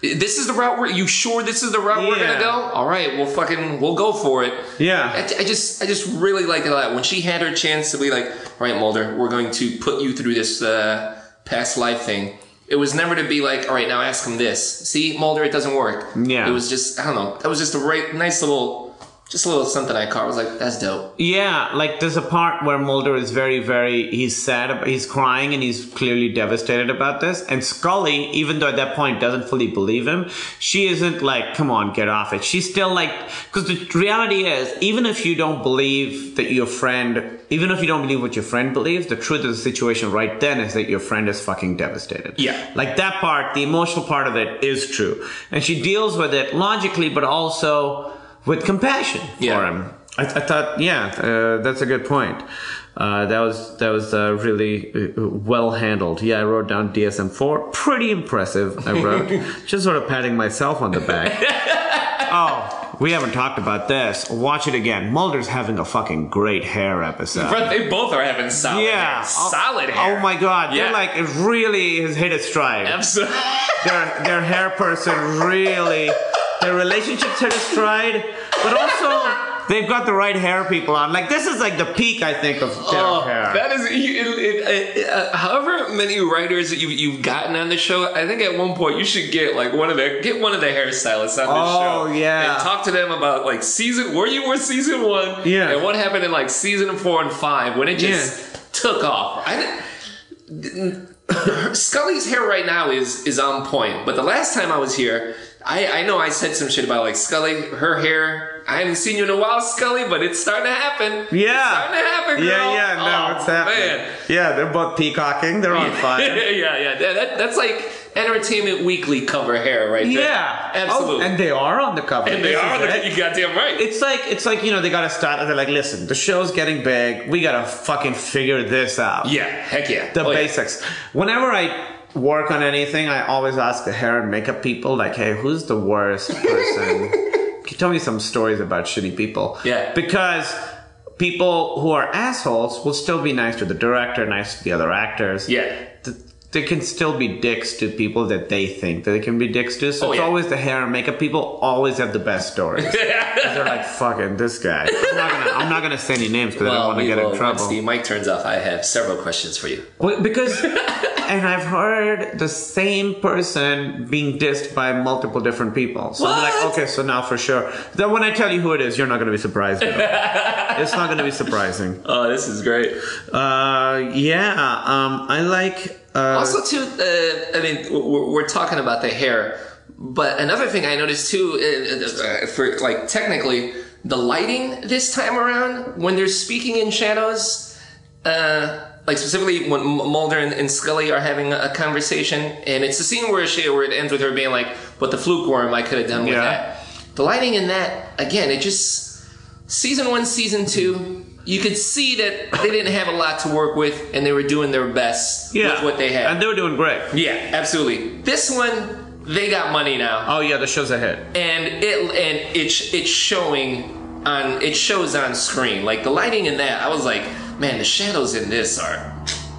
S8: This is the route we're. You sure this is the route we're
S7: Yeah.
S8: gonna go? All right, we'll fucking we'll go for it.
S7: Yeah.
S8: I, I just I just really liked it a lot when she had her chance to be like, all right, Mulder, we're going to put you through this uh, past life thing. It was never to be like, all right, now ask him this. See, Mulder, it doesn't work.
S7: Yeah.
S8: It was just I don't know. That was just a right, nice little, just a little something I caught. I was like, that's dope.
S7: Yeah, like there's a part where Mulder is very, very, he's sad, ab- he's crying, and he's clearly devastated about this. And Scully, even though at that point doesn't fully believe him, she isn't like, come on, get off it. She's still like, because the reality is, even if you don't believe that your friend, even if you don't believe what your friend believes, the truth of the situation right then is that your friend is fucking devastated.
S8: Yeah.
S7: Like that part, the emotional part of it is true. And she deals with it logically, but also with compassion for
S8: Yeah.
S7: him. I, I thought, yeah, uh, that's a good point. Uh, that was that was uh, really uh, well handled. Yeah, I wrote down DSM four, pretty impressive. I wrote, just sort of patting myself on the back. oh, we haven't talked about this. Watch it again. Mulder's having a fucking great hair episode.
S8: But they both are having solid
S7: yeah,
S8: hair.
S7: Oh-
S8: Solid hair.
S7: Oh my god,
S8: Yeah.
S7: they're like it really has hit a stride
S8: Absolutely.
S7: their their hair person really their relationships hit a stride, but also they've got the right hair people on. Like this is like the peak, I think, of their hair.
S8: Oh, That is, you, it, it, it, uh, however many writers that you, you've gotten on the show, I think at one point you should get like one of the get one of the hairstylists on the show.
S7: Oh, yeah.
S8: and talk to them about like season where you were season one,
S7: Yeah.
S8: and what happened in like season four and five when it just took off. I didn't. Scully's hair right now is is on point, but the last time I was here, I I know I said some shit about like Scully, her hair. I haven't seen you in a while, Scully, but it's starting to happen.
S7: Yeah.
S8: it's starting to happen. Girl.
S7: yeah, yeah, no,
S8: Oh,
S7: it's happening.
S8: Man.
S7: Yeah, they're both peacocking. They're on fire.
S8: yeah, yeah, yeah. That, that- that's like Entertainment Weekly cover hair right there.
S7: yeah,
S8: absolutely.
S7: Oh, and they are on the cover.
S8: And they
S7: This
S8: are.
S7: is it.
S8: The, you goddamn right.
S7: it's like it's like you know they gotta start. They're like, listen, the show's getting big. We gotta fucking figure this out.
S8: yeah, heck yeah.
S7: the
S8: Oh, yeah.
S7: basics. Whenever I work on anything, I always ask the hair and makeup people, like, hey, who's the worst person? Can you tell me some stories about shitty people?
S8: Yeah.
S7: Because people who are assholes will still be nice to the director, nice to the other actors.
S8: Yeah.
S7: Th- They can still be dicks to people that they think that they can be dicks to. So
S8: Oh,
S7: it's
S8: yeah.
S7: always the hair and makeup people always have the best stories. 'Cause they're like, fucking this guy. I'm not gonna, I'm not gonna say any names because I
S8: Well,
S7: don't want to
S8: we
S7: get
S8: will-
S7: in trouble.
S8: Once the mic turns off, I have several questions for you.
S7: Well, because, and I've heard the same person being dissed by multiple different people. So I'm like,
S8: What?
S7: okay, so now for sure. Then when I tell you who it is, you're not going to be surprised. at all. it's not going to be surprising.
S8: Oh, this is great.
S7: Uh, yeah, um, I like. Uh,
S8: also too uh, i mean we're, we're talking about the hair but another thing i noticed too uh, uh, for like technically the lighting this time around when they're speaking in shadows uh, like specifically when M- Mulder and, and Scully are having a conversation, and it's the scene where she where it ends with her being like, "But the fluke worm, I could have done with
S7: Yeah.
S8: that." The lighting in that again, it just season one, season two, you could see that they didn't have a lot to work with, and they were doing their best
S7: yeah,
S8: with what they had.
S7: And they were doing great.
S8: yeah, absolutely. This one, they got money now,
S7: Oh, yeah, the show's a hit.
S8: and it and it's it's showing on it shows on screen. Like the lighting in that, I was like, man, the shadows in this are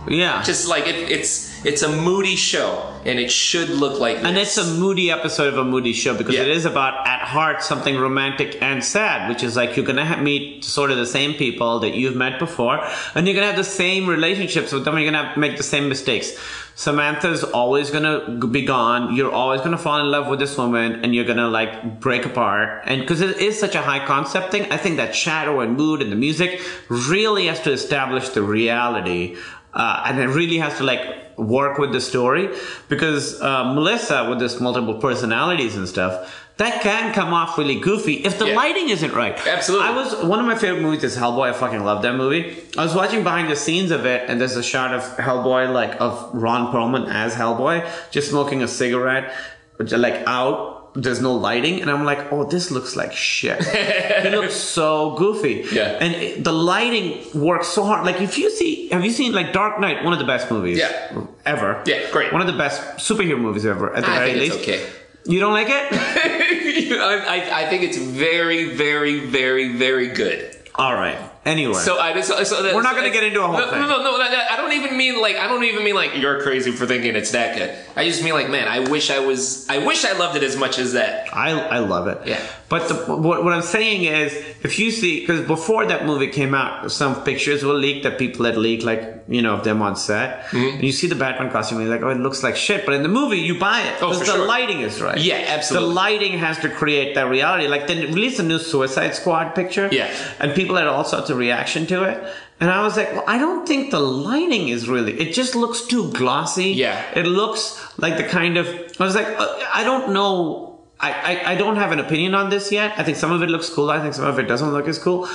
S7: Yeah.
S8: just like it, it's it's it's a moody show, and it should look like this.
S7: And it's a moody episode of a moody show because
S8: Yeah.
S7: it is about at heart something romantic and sad, which is like you're gonna ha meet sort of the same people that you've met before, and you're gonna have the same relationships with them. And you're gonna have, make the same mistakes. Samantha's always gonna g- be gone. You're always gonna fall in love with this woman, and you're gonna like break apart. And because it is such a high concept thing, I think that shadow and mood and the music really has to establish the reality uh, and it really has to like work with the story because uh, Melissa with this multiple personalities and stuff that can come off really goofy if the
S8: Yeah.
S7: lighting isn't right.
S8: Absolutely.
S7: I was one of my favorite movies is Hellboy. I fucking love that movie. I was watching behind the scenes of it, and there's a shot of Hellboy like of Ron Perlman as Hellboy just smoking a cigarette, which, like out. There's no lighting, and I'm like, oh, this looks like shit. it looks so goofy.
S8: Yeah.
S7: And it, the lighting works so hard. Like if you see, have you seen like Dark Knight? One of the best movies.
S8: Yeah.
S7: Ever.
S8: Yeah, great.
S7: One of the best superhero movies ever. At the
S8: I
S7: very
S8: think
S7: least.
S8: it's okay.
S7: You don't like it?
S8: I, I, I think it's very, very, very, very good.
S7: All right. Anyway.
S8: So I just so that,
S7: We're not gonna
S8: so-
S7: get into a whole
S8: no,
S7: thing.
S8: No, no, no, no, no, I don't even mean like I don't even mean like you're crazy for thinking it's that good. I just mean like man, I wish I was. I wish I loved it as much as that.
S7: I, I love it.
S8: Yeah.
S7: But the, what, what I'm saying is, if you see, because before that movie came out, some pictures were leaked that people had leaked, like, you know, of them on set.
S8: Mm-hmm.
S7: And you see the Batman costume and you're like, oh, it looks like shit. But in the movie, you buy it.
S8: Oh,
S7: because
S8: for
S7: the
S8: sure.
S7: lighting is right.
S8: Yeah, absolutely.
S7: The lighting has to create that reality. Like, then release a new Suicide Squad picture.
S8: Yeah.
S7: And people had all sorts of reaction to it. And I was like, well, I don't think the lighting is really, it just looks too glossy.
S8: Yeah.
S7: It looks like the kind of. I was like, uh, I don't know. I, I, I don't have an opinion on this yet. I think some of it looks cool. I think some of it doesn't look as cool.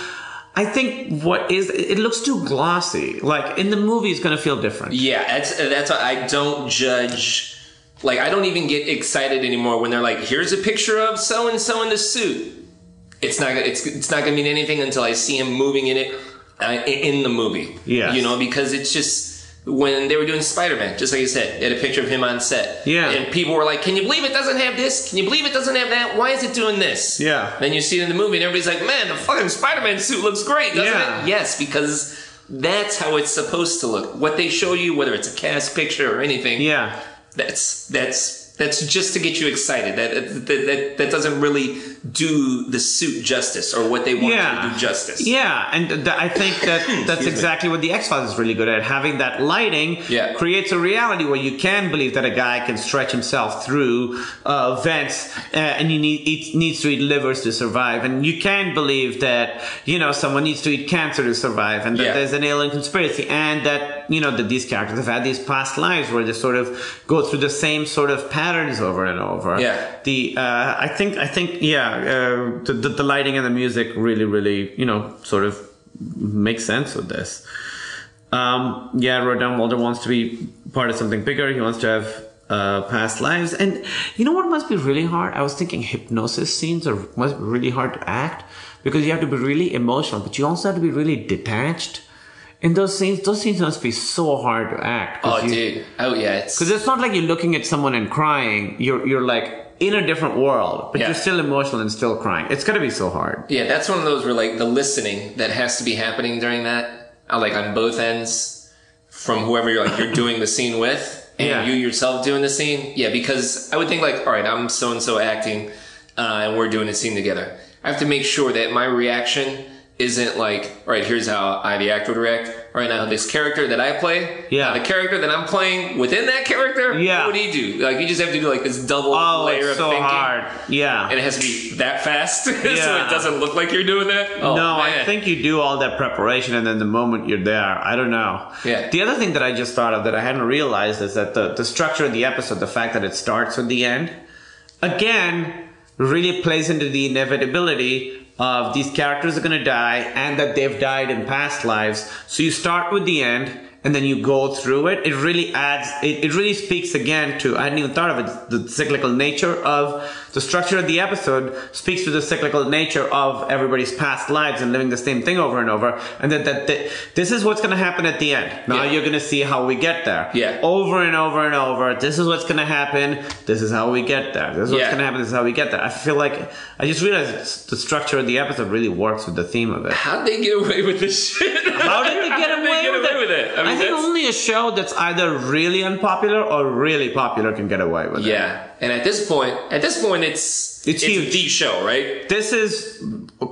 S7: I think what is it looks too glossy. Like in the movie, it's gonna feel different.
S8: Yeah, that's that's why I don't judge. Like I don't even get excited anymore when they're like, here's a picture of so and so in the suit. It's not gonna- it's it's not gonna mean anything until I see him moving in it uh, in the movie.
S7: Yes.
S8: you know because it's just. When they were doing Spider Man, just like you said, they had a picture of him on set.
S7: Yeah.
S8: And people were like, Can you believe it doesn't have this? Can you believe it doesn't have that? Why is it doing this?
S7: Yeah.
S8: Then you see it in the movie and everybody's like, Man, the fucking Spider Man suit looks great, doesn't
S7: Yeah.
S8: it? Yes, because that's how it's supposed to look. What they show you, whether it's a cast picture or anything,
S7: Yeah.
S8: that's that's that's just to get you excited. That that that, that doesn't really do the suit justice or what they want
S7: Yeah.
S8: to do justice.
S7: Yeah, and th- I think that that's exactly what the X Files is really good at. Having that lighting
S8: Yeah.
S7: creates a reality where you can believe that a guy can stretch himself through uh, vents uh, and he need, eat, needs to eat livers to survive, and you can believe that you know someone needs to eat cancer to survive, and that
S8: Yeah.
S7: there's an alien conspiracy, and that you know that these characters have had these past lives where they sort of go through the same sort of patterns over and over.
S8: Yeah.
S7: The uh, I think I think yeah uh, the, the the lighting and the music really really you know sort of makes sense with this. Um, yeah, Rodan Walder wants to be part of something bigger. He wants to have uh, past lives, and you know what must be really hard. I was thinking hypnosis scenes are must be really hard to act because you have to be really emotional, but you also have to be really detached. In those scenes, those scenes must be so hard to act. 'cause
S8: Oh,
S7: you-
S8: dude. Oh, yeah. It's
S7: because it's not like you're looking at someone and crying. You're you're like in a different world, but
S8: Yeah.
S7: you're still emotional and still crying. It's gonna be so hard.
S8: Yeah, that's one of those where like the listening that has to be happening during that, uh, like on both ends, from whoever you're like you're doing the scene with, and
S7: Yeah.
S8: you yourself doing the scene. Yeah, because I would think like, all right, I'm so and so acting, uh, and we're doing a scene together. I have to make sure that my reaction isn't like, all right, here's how I the actor would react. Right now, this character that I play,
S7: Yeah.
S8: now the character that I'm playing within that character,
S7: Yeah.
S8: what would he do? Like, you just have to do like this double
S7: Oh,
S8: layer
S7: it's
S8: of
S7: so
S8: thinking
S7: hard. Yeah.
S8: and it has to be that fast, so
S7: Yeah.
S8: it doesn't look like you're doing that. Oh,
S7: no, I
S8: man.
S7: think you do all that preparation, and then the moment you're there, I don't know.
S8: Yeah.
S7: The other thing that I just thought of that I hadn't realized is that the the structure of the episode, the fact that it starts with the end, again, really plays into the inevitability of these characters are going to die and that they've died in past lives. So you start with the end. And then you go through it. It really adds. It, it really speaks again to. I hadn't even thought of it. The cyclical nature of the structure of the episode speaks to the cyclical nature of everybody's past lives and living the same thing over and over. And that that, that this is what's going to happen at the end. Now
S8: Yeah.
S7: you're going to see how we get there.
S8: Yeah.
S7: Over and over and over. This is what's going to happen. This is how we get there. This is what's
S8: Yeah.
S7: going to happen. This is how we get there. I feel like I just realized it's- the structure of the episode really works with the theme of it.
S8: How'd they get away with this shit?
S7: How did they get away,
S8: How'd they get away with it? I mean,
S7: I think only a show that's either really unpopular or really popular can get away with it.
S8: Yeah, and at this point, at this point, it's
S7: It's huge.
S8: the show, right?
S7: This is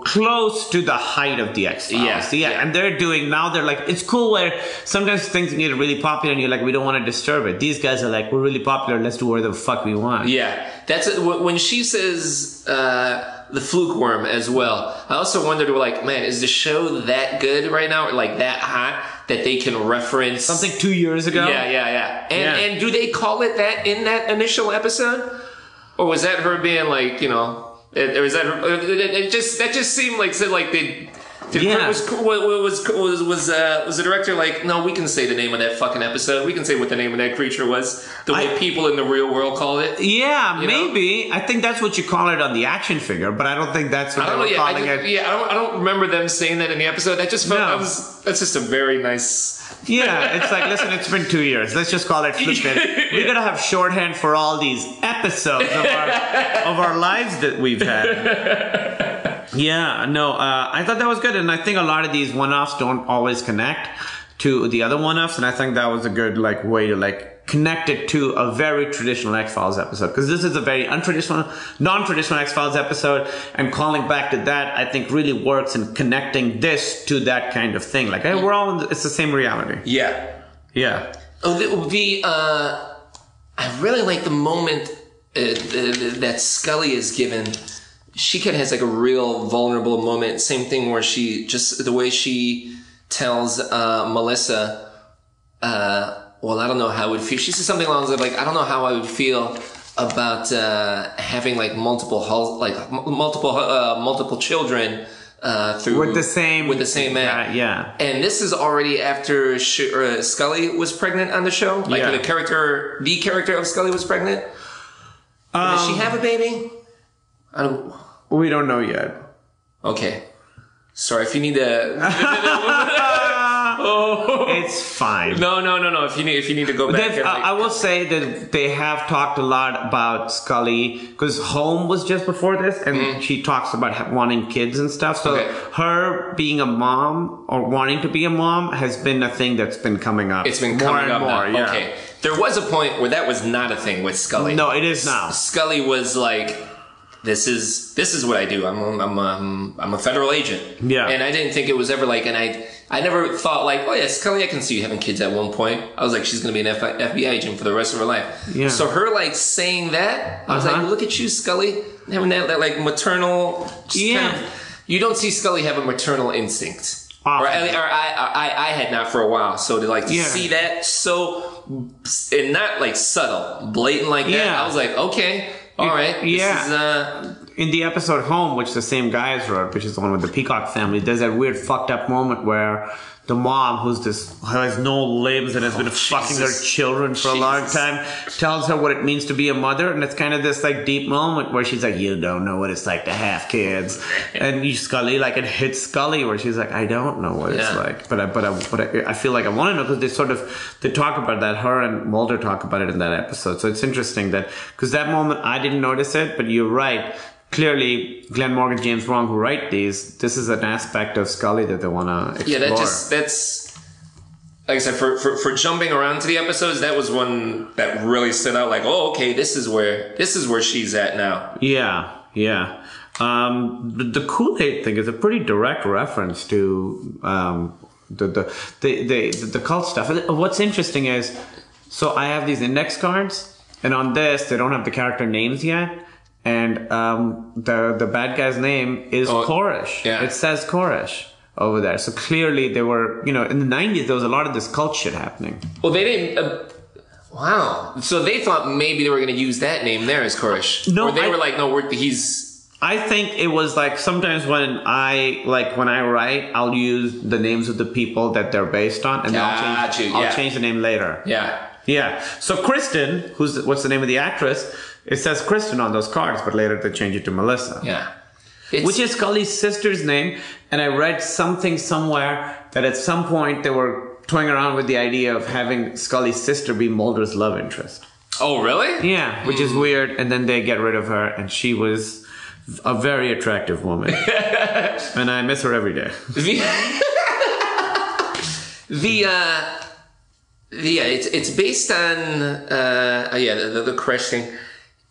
S7: close to the height of the X Files.
S8: Yeah,
S7: yeah,
S8: yeah.
S7: and they're doing now. They're like, it's cool where sometimes things get really popular, and you're like, we don't want to disturb it. These guys are like, we're really popular. Let's do whatever the fuck we want.
S8: Yeah, that's it. Wh- when she says uh, the fluke worm as well. I also wondered, like, man, is the show that good right now, or like that hot that they can reference
S7: something two years ago.
S8: Yeah, yeah, yeah. And
S7: Yeah.
S8: and do they call it that in that initial episode, or was that her being like you know, it- or is that her, it, it- it just that just seemed like said like they. Did
S7: Yeah.
S8: was was was was uh, was the director like no we can say the name of that fucking episode we can say what the name of that creature was the way
S7: I-
S8: people in the real world call it
S7: Yeah,
S8: You know?
S7: maybe. I think that's what you call it on the action figure, but I don't think that's what
S8: I
S7: they
S8: don't know
S7: were
S8: Oh, yeah I,
S7: calling
S8: just-
S7: it.
S8: yeah I don't I don't remember them saying that in the episode that just felt
S7: No.
S8: that was that's just a very nice
S7: Yeah, it's like, listen, it's been two years. Let's just call it Flipkit. We're gonna have shorthand for all these episodes of our, of our lives that we've had. Yeah, no, uh, I thought that was good, and I think a lot of these one-offs don't always connect to the other one-offs, and I think that was a good like way to like connect it to a very traditional X Files episode because this is a very untraditional, non-traditional X Files episode, and calling back to that I think really works in connecting this to that kind of thing. Like, hey, we're all in the, it's the same reality.
S8: yeah
S7: Yeah.
S8: Oh, the, the uh, I really like the moment uh, uh, that Scully is given. She kind of has like a real vulnerable moment. Same thing where she just the way she tells uh, Melissa, uh, "Well, I don't know how I would feel." She says something along the lines of like, "I don't know how I would feel." About uh, having like multiple hus- like m- multiple uh, multiple children uh, through
S7: With the same-
S8: with the same man
S7: Yeah, yeah.
S8: and this is already after Sh- uh, Scully was pregnant on the show. Like
S7: Yeah.
S8: the character, the character of Scully was pregnant. Or
S7: Um,
S8: Does she have a baby? I don't.
S7: We don't know yet.
S8: Okay. Sorry if you need to.
S7: It's fine.
S8: No, no, no, no. If you need, if you need to go back,
S7: They've-
S8: and,
S7: I
S8: like,
S7: I will say that they have talked a lot about Scully because Home was just before this, and she talks about ha- wanting kids and stuff. So
S8: Mm. Okay.
S7: her being a mom or wanting to be a mom has been a thing that's been coming up.
S8: it's been
S7: more
S8: coming
S7: and
S8: up
S7: more.
S8: now.
S7: Yeah.
S8: Okay. There was a point where that was not a thing with Scully.
S7: No, it is now.
S8: Scully was like, "This is this is what I do. I'm a, I'm a, I'm a federal agent."
S7: Yeah.
S8: and I didn't think it was ever like, and I I never thought like, "Oh yeah, Scully, I can see you having kids at one point." I was like, "She's gonna be an F- FBI agent for the rest of her life."
S7: Yeah.
S8: So her like saying that, I was
S7: Uh-huh.
S8: like, "Look at you, Scully, having that, that like maternal." just
S7: Yeah.
S8: kind of- you don't see Scully have a maternal instinct.
S7: Often.
S8: Or, at le- or I, I, I had not for a while. So to like to
S7: Yeah.
S8: see that so and not like subtle, blatant like that.
S7: Yeah.
S8: I was like, okay, all right,
S7: yeah.
S8: This is, uh,
S7: In the episode Home, which the same guys wrote, which is the one with the Peacock family, there's that weird fucked up moment where the mom, who's this, who has no limbs and has been fucking her
S8: Oh, Jesus.
S7: children for a long
S8: Jesus.
S7: time, tells her what it means to be a mother, and it's kind of this like deep moment where she's like, "You don't know what it's like to have kids," and you Scully like it hits Scully where she's like, "I don't know what it's
S8: Yeah.
S7: like," but I but I but I, I feel like I want to know because they sort of they talk about that. Her and Mulder talk about it in that episode, so it's interesting that because that moment I didn't notice it, but you're right. Clearly, Glenn Morgan, James Wong, who write these, this is an aspect of Scully that they want to
S8: yeah,
S7: explore.
S8: that just that's like I said for, for for jumping around to the episodes. That was one that really stood out. Like, oh, okay, this is where this is where she's at now.
S7: Yeah, yeah. Um, the, the Kool Aid thing is a pretty direct reference to um, the, the, the, the, the cult stuff. And What's interesting is so I have these index cards, and on this, they don't have the character names yet. And um, the the bad guy's name is
S8: Oh,
S7: Koresh.
S8: yeah.
S7: It says Koresh over there. So clearly, they were, you know, in the 90s, there was a lot of this cult shit happening.
S8: Well, they didn't. Uh, wow. So they thought maybe they were going to use that name there as Koresh.
S7: No,
S8: or they
S7: I-
S8: were like, no, we're, he's
S7: I think it was like sometimes when I like when I write, I'll use the names of the people that they're based on, and then I'll,
S8: Got
S7: change,
S8: you,
S7: I'll
S8: yeah.
S7: change the name later.
S8: yeah.
S7: yeah. So Kristen, who's what's the name of the actress? It says Kristen on those cards, but later they change it to Melissa.
S8: Yeah. It's,
S7: Which is Scully's sister's name, and I read something somewhere that at some point they were toying around with the idea of having Scully's sister be Mulder's love interest.
S8: oh really?
S7: Yeah, which is weird. And then they get rid of her, and she was a very attractive woman. and I miss her every day.
S8: The the uh yeah, it's it's based on uh, oh, yeah the, the, the crash thing.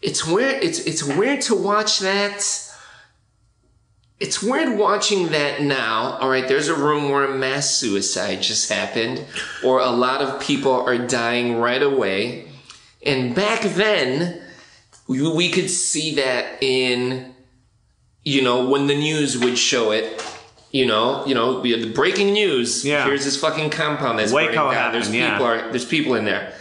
S8: It's weird. It's it's weird to watch that. It's weird watching that now. All right, there's a room where a mass suicide just happened, or a lot of people are dying right away. And back then, we, we could see that in, you know, when the news would show it. You know, you know, we had the breaking news.
S7: Yeah.
S8: Here's this fucking compound that's
S7: Waco
S8: burning down.
S7: happened,
S8: there's
S7: yeah.
S8: people are there's people in there,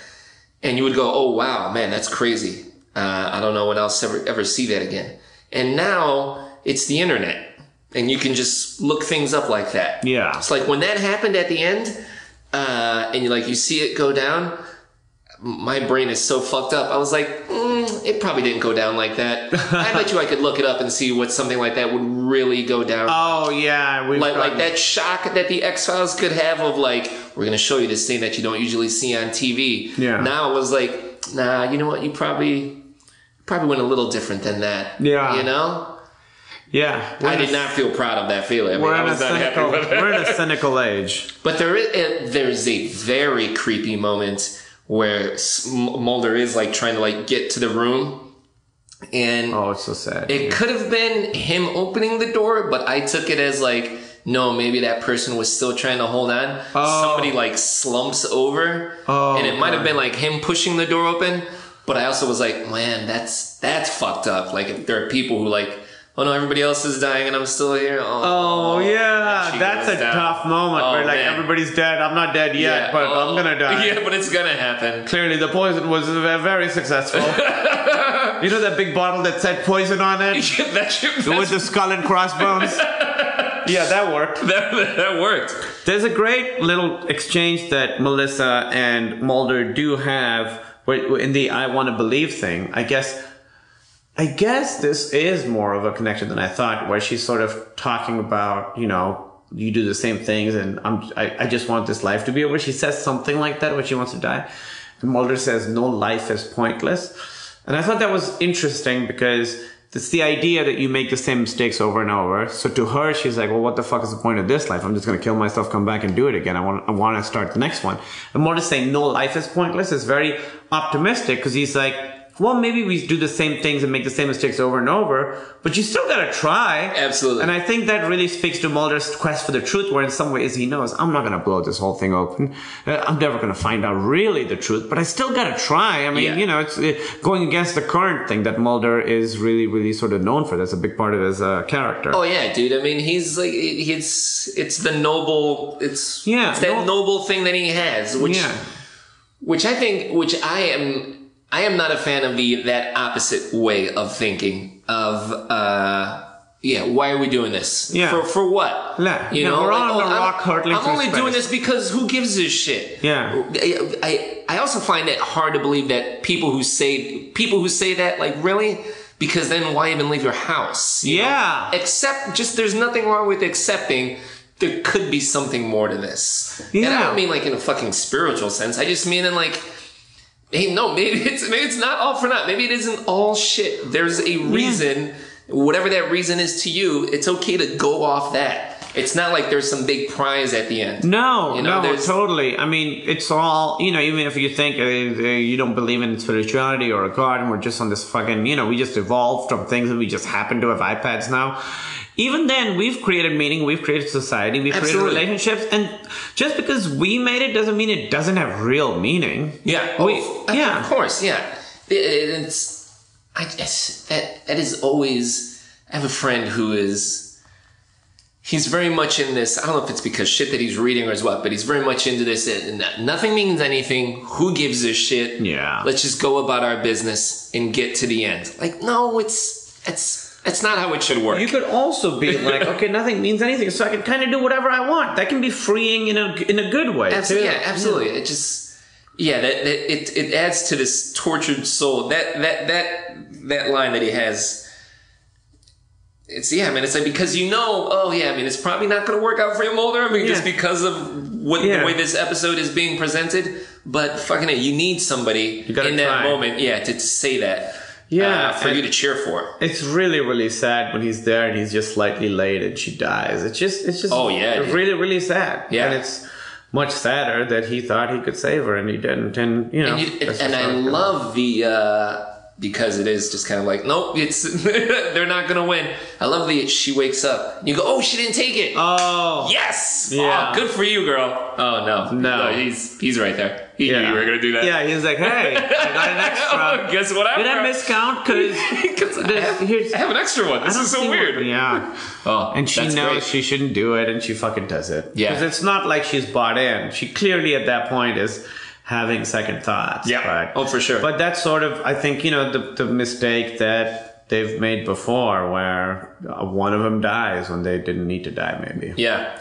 S8: and you would go, oh wow, man, that's crazy. Uh, I don't know when I'll ever ever see that again. And now it's the internet, and you can just look things up like that.
S7: Yeah.
S8: It's like when that happened at the end, uh, and you like you see it go down. My brain is so fucked up. I was like, mm, it probably didn't go down like that. I bet you I could look it up and see what something like that would really go down
S7: Oh yeah, we
S8: like like that shock that the X Files could have of like we're gonna show you this thing that you don't usually see on TV.
S7: Yeah.
S8: Now it was like, nah, you know what? You probably probably went a little different than that.
S7: Yeah.
S8: You know,
S7: Yeah,
S8: I did not feel proud of that feeling. I mean,
S7: We're
S8: I
S7: in a
S8: was not happy
S7: cynical.
S8: with it.
S7: we're in a cynical age.
S8: But there is uh, there's a very creepy moment where S- M- Mulder is like trying to like get to the room, and
S7: Oh, it's so sad.
S8: it could have been him opening the door, but I took it as like, no, maybe that person was still trying to hold on.
S7: Oh.
S8: Somebody like slumps over,
S7: Oh,
S8: and it might have been like him pushing the door open. But I also was like, man, that's that's fucked up. Like if there are people who like, oh no, everybody else is dying and I'm still here. Oh,
S7: Oh
S8: And
S7: yeah,
S8: she
S7: that's
S8: goes
S7: a
S8: down.
S7: tough moment
S8: Oh,
S7: where like
S8: man.
S7: everybody's dead. I'm not dead yet, but
S8: oh.
S7: I'm gonna die.
S8: Yeah, but it's gonna happen.
S7: Clearly, the poison was uh, very successful. you know that big bottle that said poison on it
S8: that, should,
S7: with
S8: that,
S7: the skull and crossbones. yeah, that worked.
S8: that, that worked.
S7: There's a great little exchange that Melissa and Mulder do have where- in the "I want to believe" thing. I guess, I guess this is more of a connection than I thought, where she's sort of talking about, you know, you do the same things, and I'm, I, I just want this life to be over. She says something like that when she wants to die. And Mulder says, "No life is pointless," and I thought that was interesting because. It's the idea that you make the same mistakes over and over. So to her, she's like, "Well, what the fuck is the point of this life? I'm just gonna kill myself, come back and do it again. I want, I want to start the next one." And Mortis saying, "No, life is pointless." is very optimistic because he's like, "Well, maybe we do the same things and make the same mistakes over and over, but you still gotta try."
S8: Absolutely.
S7: And I think that really speaks to Mulder's quest for the truth, where in some ways he knows, "I'm not gonna blow this whole thing open. Uh, I'm never gonna find out really the truth, but I still gotta try." I mean,
S8: Yeah.
S7: you know, it's uh, going against the current thing that Mulder is really, really sort of known for. That's a big part of his uh, character.
S8: Oh yeah, dude. I mean, he's like it's it's the noble it's
S7: Yeah,
S8: it's that
S7: no-
S8: noble thing that he has, which
S7: yeah.
S8: which I think which I am I am not a fan of the that opposite way of thinking of uh yeah why are we doing this
S7: Yeah.
S8: for for what
S7: Yeah. Yeah, we're on the
S8: oh, I'm-
S7: rock hurtling
S8: I'm
S7: through
S8: only doing
S7: space.
S8: this because who gives a shit
S7: Yeah.
S8: I, I I also find it hard to believe that people who say people who say that like really because then why even leave your house you know?
S7: Yeah.
S8: accept just there's nothing wrong with accepting there could be something more to this and i
S7: Yeah.
S8: don't mean like in a fucking spiritual sense i just mean in like hey no maybe it's maybe it's not all for naught maybe it isn't all shit there's a reason whatever that reason is to you it's okay to go off that it's not like there's some big prize at the end
S7: No,
S8: You know,
S7: no,
S8: there's-
S7: totally. I mean, it's all you know. Even if you think uh, uh, you don't believe in spirituality or God, and we're just on this fucking, you know, we just evolved from things, and we just happen to have iPads now. Even then, we've created meaning, we've created society, we've
S8: Absolutely.
S7: created relationships, and just because we made it doesn't mean it doesn't have real meaning.
S8: Yeah.
S7: We-
S8: oh, of-
S7: yeah.
S8: Of course. Yeah. It- it- it's. I guess that that is always. I have a friend who is. He's very much in this. I don't know if it's because shit that he's reading or is what, but he's very much into this. And nothing means anything. Who gives a shit?
S7: Yeah.
S8: Let's just go about our business and get to the end. Like, no, it's it's it's not how it should work.
S7: You could also be like, okay, nothing means anything, so I can kind of do whatever I want. That can be freeing in a in a good way.
S8: Absolutely,
S7: too.
S8: yeah, absolutely. It just yeah, that, that it it adds to this tortured soul. That that that that line that he has. It's yeah, I mean, it's like because you know, oh yeah, I mean, it's probably not going to work out for you, Mulder. I mean, just
S7: Yeah.
S8: because of what
S7: Yeah.
S8: the way this episode is being presented. But fucking it, you need somebody
S7: gotta
S8: in that
S7: try.
S8: moment, yeah, to, to say that,
S7: Yeah,
S8: uh, for
S7: and-
S8: you to cheer for.
S7: It's really, really sad when he's there and he's just slightly late and she dies. It's just, it's just,
S8: Oh, yeah, dude.
S7: really, really sad.
S8: Yeah.
S7: and it's much sadder that he thought he could save her and he didn't. And you know,
S8: and, you,
S7: that's just
S8: and
S7: how
S8: I
S7: it goes.
S8: love the uh, because it is just kind of like nope, it's they're not gonna win. I love the she wakes up and you go, oh, she didn't take it.
S7: Oh,
S8: yes,
S7: Yeah.
S8: Aw, good for you, girl. Oh no,
S7: No.
S8: he's he's right there. He
S7: Yeah.
S8: knew you were gonna do that.
S7: yeah. He's like, hey, I got an extra.
S8: Guess what I
S7: Did I
S8: brought?
S7: miscount? Because
S8: 'Cause I have,
S7: here's
S8: I have an extra one. This is so weird.
S7: Yeah.
S8: Oh,
S7: And she
S8: that's
S7: knows
S8: great.
S7: she shouldn't do it, and she fucking does it.
S8: Yeah.
S7: Because it's not like she's bought in. She clearly at that point is having second thoughts.
S8: Yeah.
S7: But,
S8: Oh, for sure.
S7: But that's sort of, I think, you know, the, the mistake that they've made before, where uh, one of them dies when they didn't need to die, maybe.
S8: Yeah.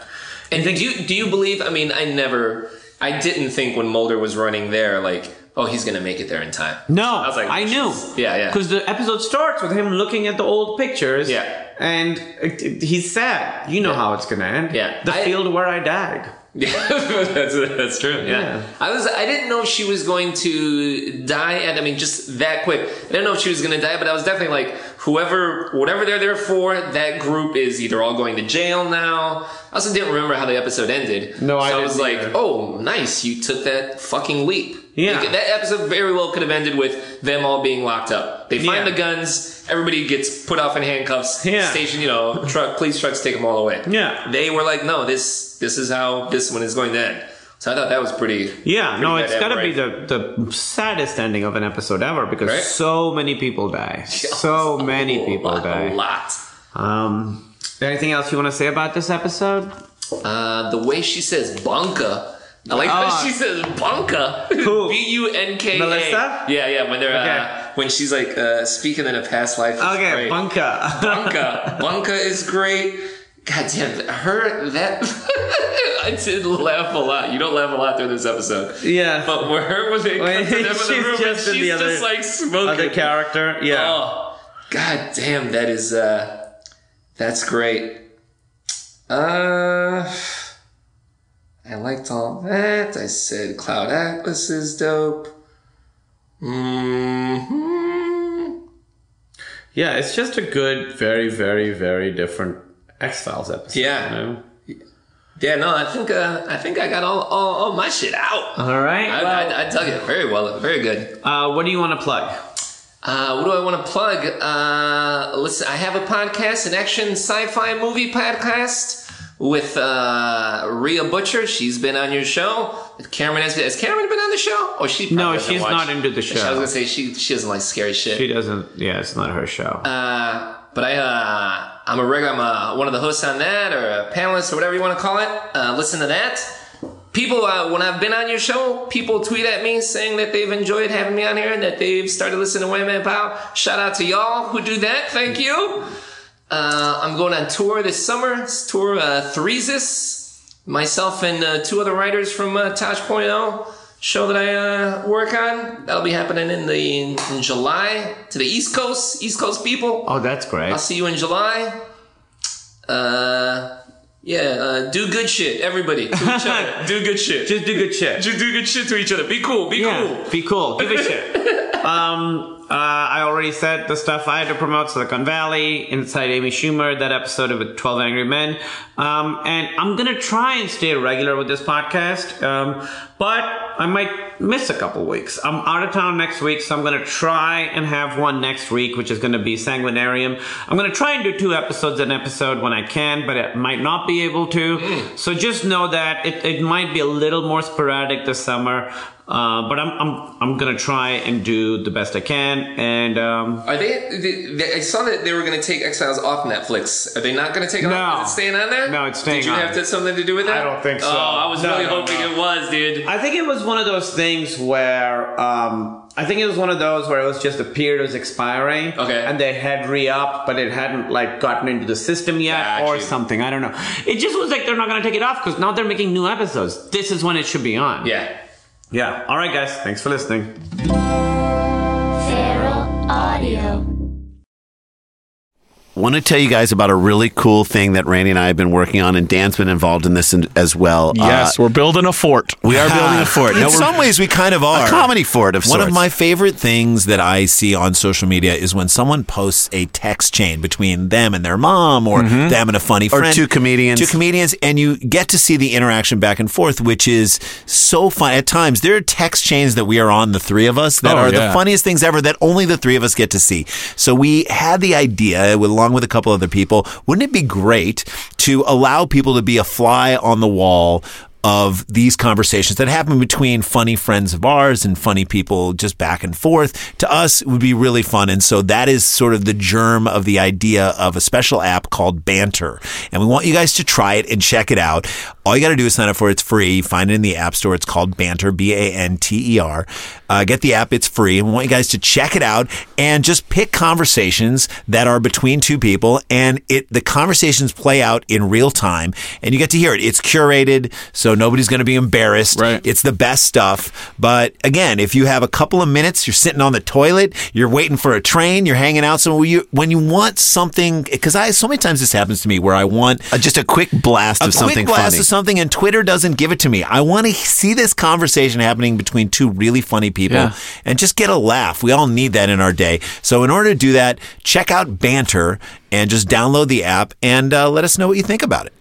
S8: And do you do you believe? I mean, I never, I didn't think when Mulder was running there, like, oh, he's gonna make it there in time.
S7: No,
S8: I was like,
S7: I knew.
S8: Yeah, yeah.
S7: Because the episode starts with him looking at the old pictures.
S8: Yeah.
S7: And it, it- he's sad. You know how it's gonna end.
S8: Yeah.
S7: The
S8: I-
S7: field where I died.
S8: Yeah, that's that's true. Yeah.
S7: Yeah.
S8: I was I didn't know if she was going to die, and I mean just that quick. I didn't know if she was going to die, but I was definitely like, whoever, whatever they're there for, that group is either all going to jail now. I also didn't remember how the episode ended.
S7: No,
S8: so
S7: I
S8: I was
S7: didn't
S8: like,
S7: either.
S8: oh, nice, you took that fucking leap.
S7: Yeah.
S8: Like, that episode very well could have ended with them all being locked up. They find
S7: Yeah.
S8: the guns, everybody gets put off in handcuffs.
S7: Yeah.
S8: Station, you know, truck, police trucks take them all away
S7: Yeah.
S8: they were like, no, this this is how this one is going to end. So I thought that was pretty.
S7: Yeah, no,
S8: bad
S7: it's got to
S8: ever,
S7: be the, the saddest ending of an episode ever because
S8: Right? Oh,
S7: so many people die. So many
S8: a
S7: people
S8: lot, A
S7: die.
S8: lot.
S7: Um, anything else you want to say about this episode?
S8: Uh, the way she says bunka. I like
S7: Ah.
S8: how she says bunka.
S7: Who?
S8: B U N K A.
S7: Melissa?
S8: Yeah, yeah. When they're
S7: Okay.
S8: uh, when she's like uh, speaking in a past life. is
S7: Okay,
S8: great.
S7: Bunka.
S8: bunka. bunka is great. God damn, her that I did laugh a lot. You don't laugh a lot during this episode.
S7: Yeah.
S8: But where her when they cut
S7: Wait,
S8: to them in
S7: she's
S8: the room and
S7: just in
S8: she's
S7: the other-
S8: just like smoking.
S7: Other character. Yeah.
S8: Oh, god damn, that is uh that's great. Uh I liked all that. I said Cloud Atlas is dope. hmm
S7: Yeah, it's just a good, very, very, very different X Files episode.
S8: Yeah.
S7: you know?
S8: Yeah, no, I think uh, I think I got all, all, all my shit out.
S7: All right.
S8: I,
S7: well,
S8: I, I dug it very well, very good.
S7: uh, what do you want to plug?
S8: Uh, what do I want to plug? Uh, listen, I have a podcast, an action sci-fi movie podcast with uh, Rhea Butcher. She's been on your show. Cameron has, has Cameron been on the show? Oh, she probably
S7: No,
S8: doesn't
S7: she's
S8: watch.
S7: not into the
S8: I was
S7: show.
S8: gonna say she she doesn't like scary shit.
S7: She doesn't. Yeah, it's not her show.
S8: Uh, but I, uh, I'm a regular, I'm uh one of the hosts on that, or a panelist, or whatever you want to call it. Uh, listen to that. People, uh, when I've been on your show, people tweet at me saying that they've enjoyed having me on here and that they've started listening to Wham Man Pow. Shout out to y'all who do that. Thank you. Uh, I'm going on tour this summer. It's tour uh, Threesis. Myself and uh, two other writers from uh, Tosh.0 show that I uh, work on. That'll be happening in the in July to the East Coast. East Coast people.
S7: oh, that's great.
S8: I'll see you in July. Uh, yeah, uh, do good shit, everybody. To each other. do good shit. Just,
S7: Just do good shit.
S8: do good shit to each other. Be cool. Be
S7: Yeah,
S8: cool.
S7: be cool. Give a shit. um, uh, I already said the stuff I had to promote: Silicon Valley, Inside Amy Schumer, that episode of Twelve Angry Men. Um, and I'm gonna try and stay regular with this podcast, um, but I might miss a couple weeks. I'm out of town next week, so I'm gonna try and have one next week, which is gonna be Sanguinarium. I'm gonna try and do two episodes an episode when I can, but it might not be able
S8: Mm.
S7: to. So just know that it, it might be a little more sporadic this summer. Uh, but I'm, I'm I'm gonna try and do the best I can, and um,
S8: Are they, they, they? I saw that they were going to take Exiles off Netflix. Are they not going to take it
S7: No.
S8: off? Is it staying on there?
S7: No, it's staying
S8: Did you
S7: on.
S8: have to, something to do with that?
S7: I don't think so.
S8: Oh, I was
S7: No,
S8: really
S7: no,
S8: hoping
S7: no.
S8: it was, dude.
S7: I think it was one of those things where um, I think it was one of those where it was just the period was expiring,
S8: Okay.
S7: and they had re-upped, but it hadn't like gotten into the system yet
S8: Got
S7: or
S8: you.
S7: something. I don't know. It just was like they're not gonna take it off because now they're making new episodes. This is when it should be on.
S8: yeah.
S7: yeah. All right, guys. Thanks for listening.
S6: Feral Audio.
S9: want to tell you guys about a really cool thing that Randy and I have been working on, and Dan's been involved in this in, as well.
S10: Yes,
S9: Uh,
S10: we're building a fort.
S9: we are building a fort.
S11: In
S9: No, we're-
S11: some ways, we kind of are.
S9: a comedy fort of
S11: One
S9: sorts.
S11: of my favorite things that I see on social media is when someone posts a text chain between them and their mom or them and a funny
S9: Or
S11: friend.
S9: two comedians.
S11: Two comedians, and you get to see the interaction back and forth, which is so fun. At times, there are text chains that we are on, the three of us, that
S10: Oh,
S11: are the
S10: yeah.
S11: funniest things ever that only the three of us get to see. So we had the idea, along with a couple other people, wouldn't it be great to allow people to be a fly on the wall? Of these conversations that happen between funny friends of ours and funny people just back and forth to us would be really fun. And so that is sort of the germ of the idea of a special app called Banter. And we want you guys to try it and check it out. All you got to do is sign up for it. It's free. Find it in the App Store. It's called Banter, B A N T E R. Uh, get the app. It's free. And we want you guys to check it out and just pick conversations that are between two people. And it the conversations play out in real time. And you get to hear it. It's curated, so nobody's going to be embarrassed.
S10: Right.
S11: It's the best stuff. But again, if you have a couple of minutes, you're sitting on the toilet, you're waiting for a train, you're hanging out somewhere. You, when you want something, because I so many times this happens to me where I want
S9: Uh, just a quick blast
S11: a
S9: of something
S11: quick blast
S9: funny.
S11: of something, and Twitter doesn't give it to me. I want to see this conversation happening between two really funny people
S10: Yeah.
S11: and just get a laugh. We all need that in our day. So, in order to do that, check out Banter and just download the app and uh, let us know what you think about it.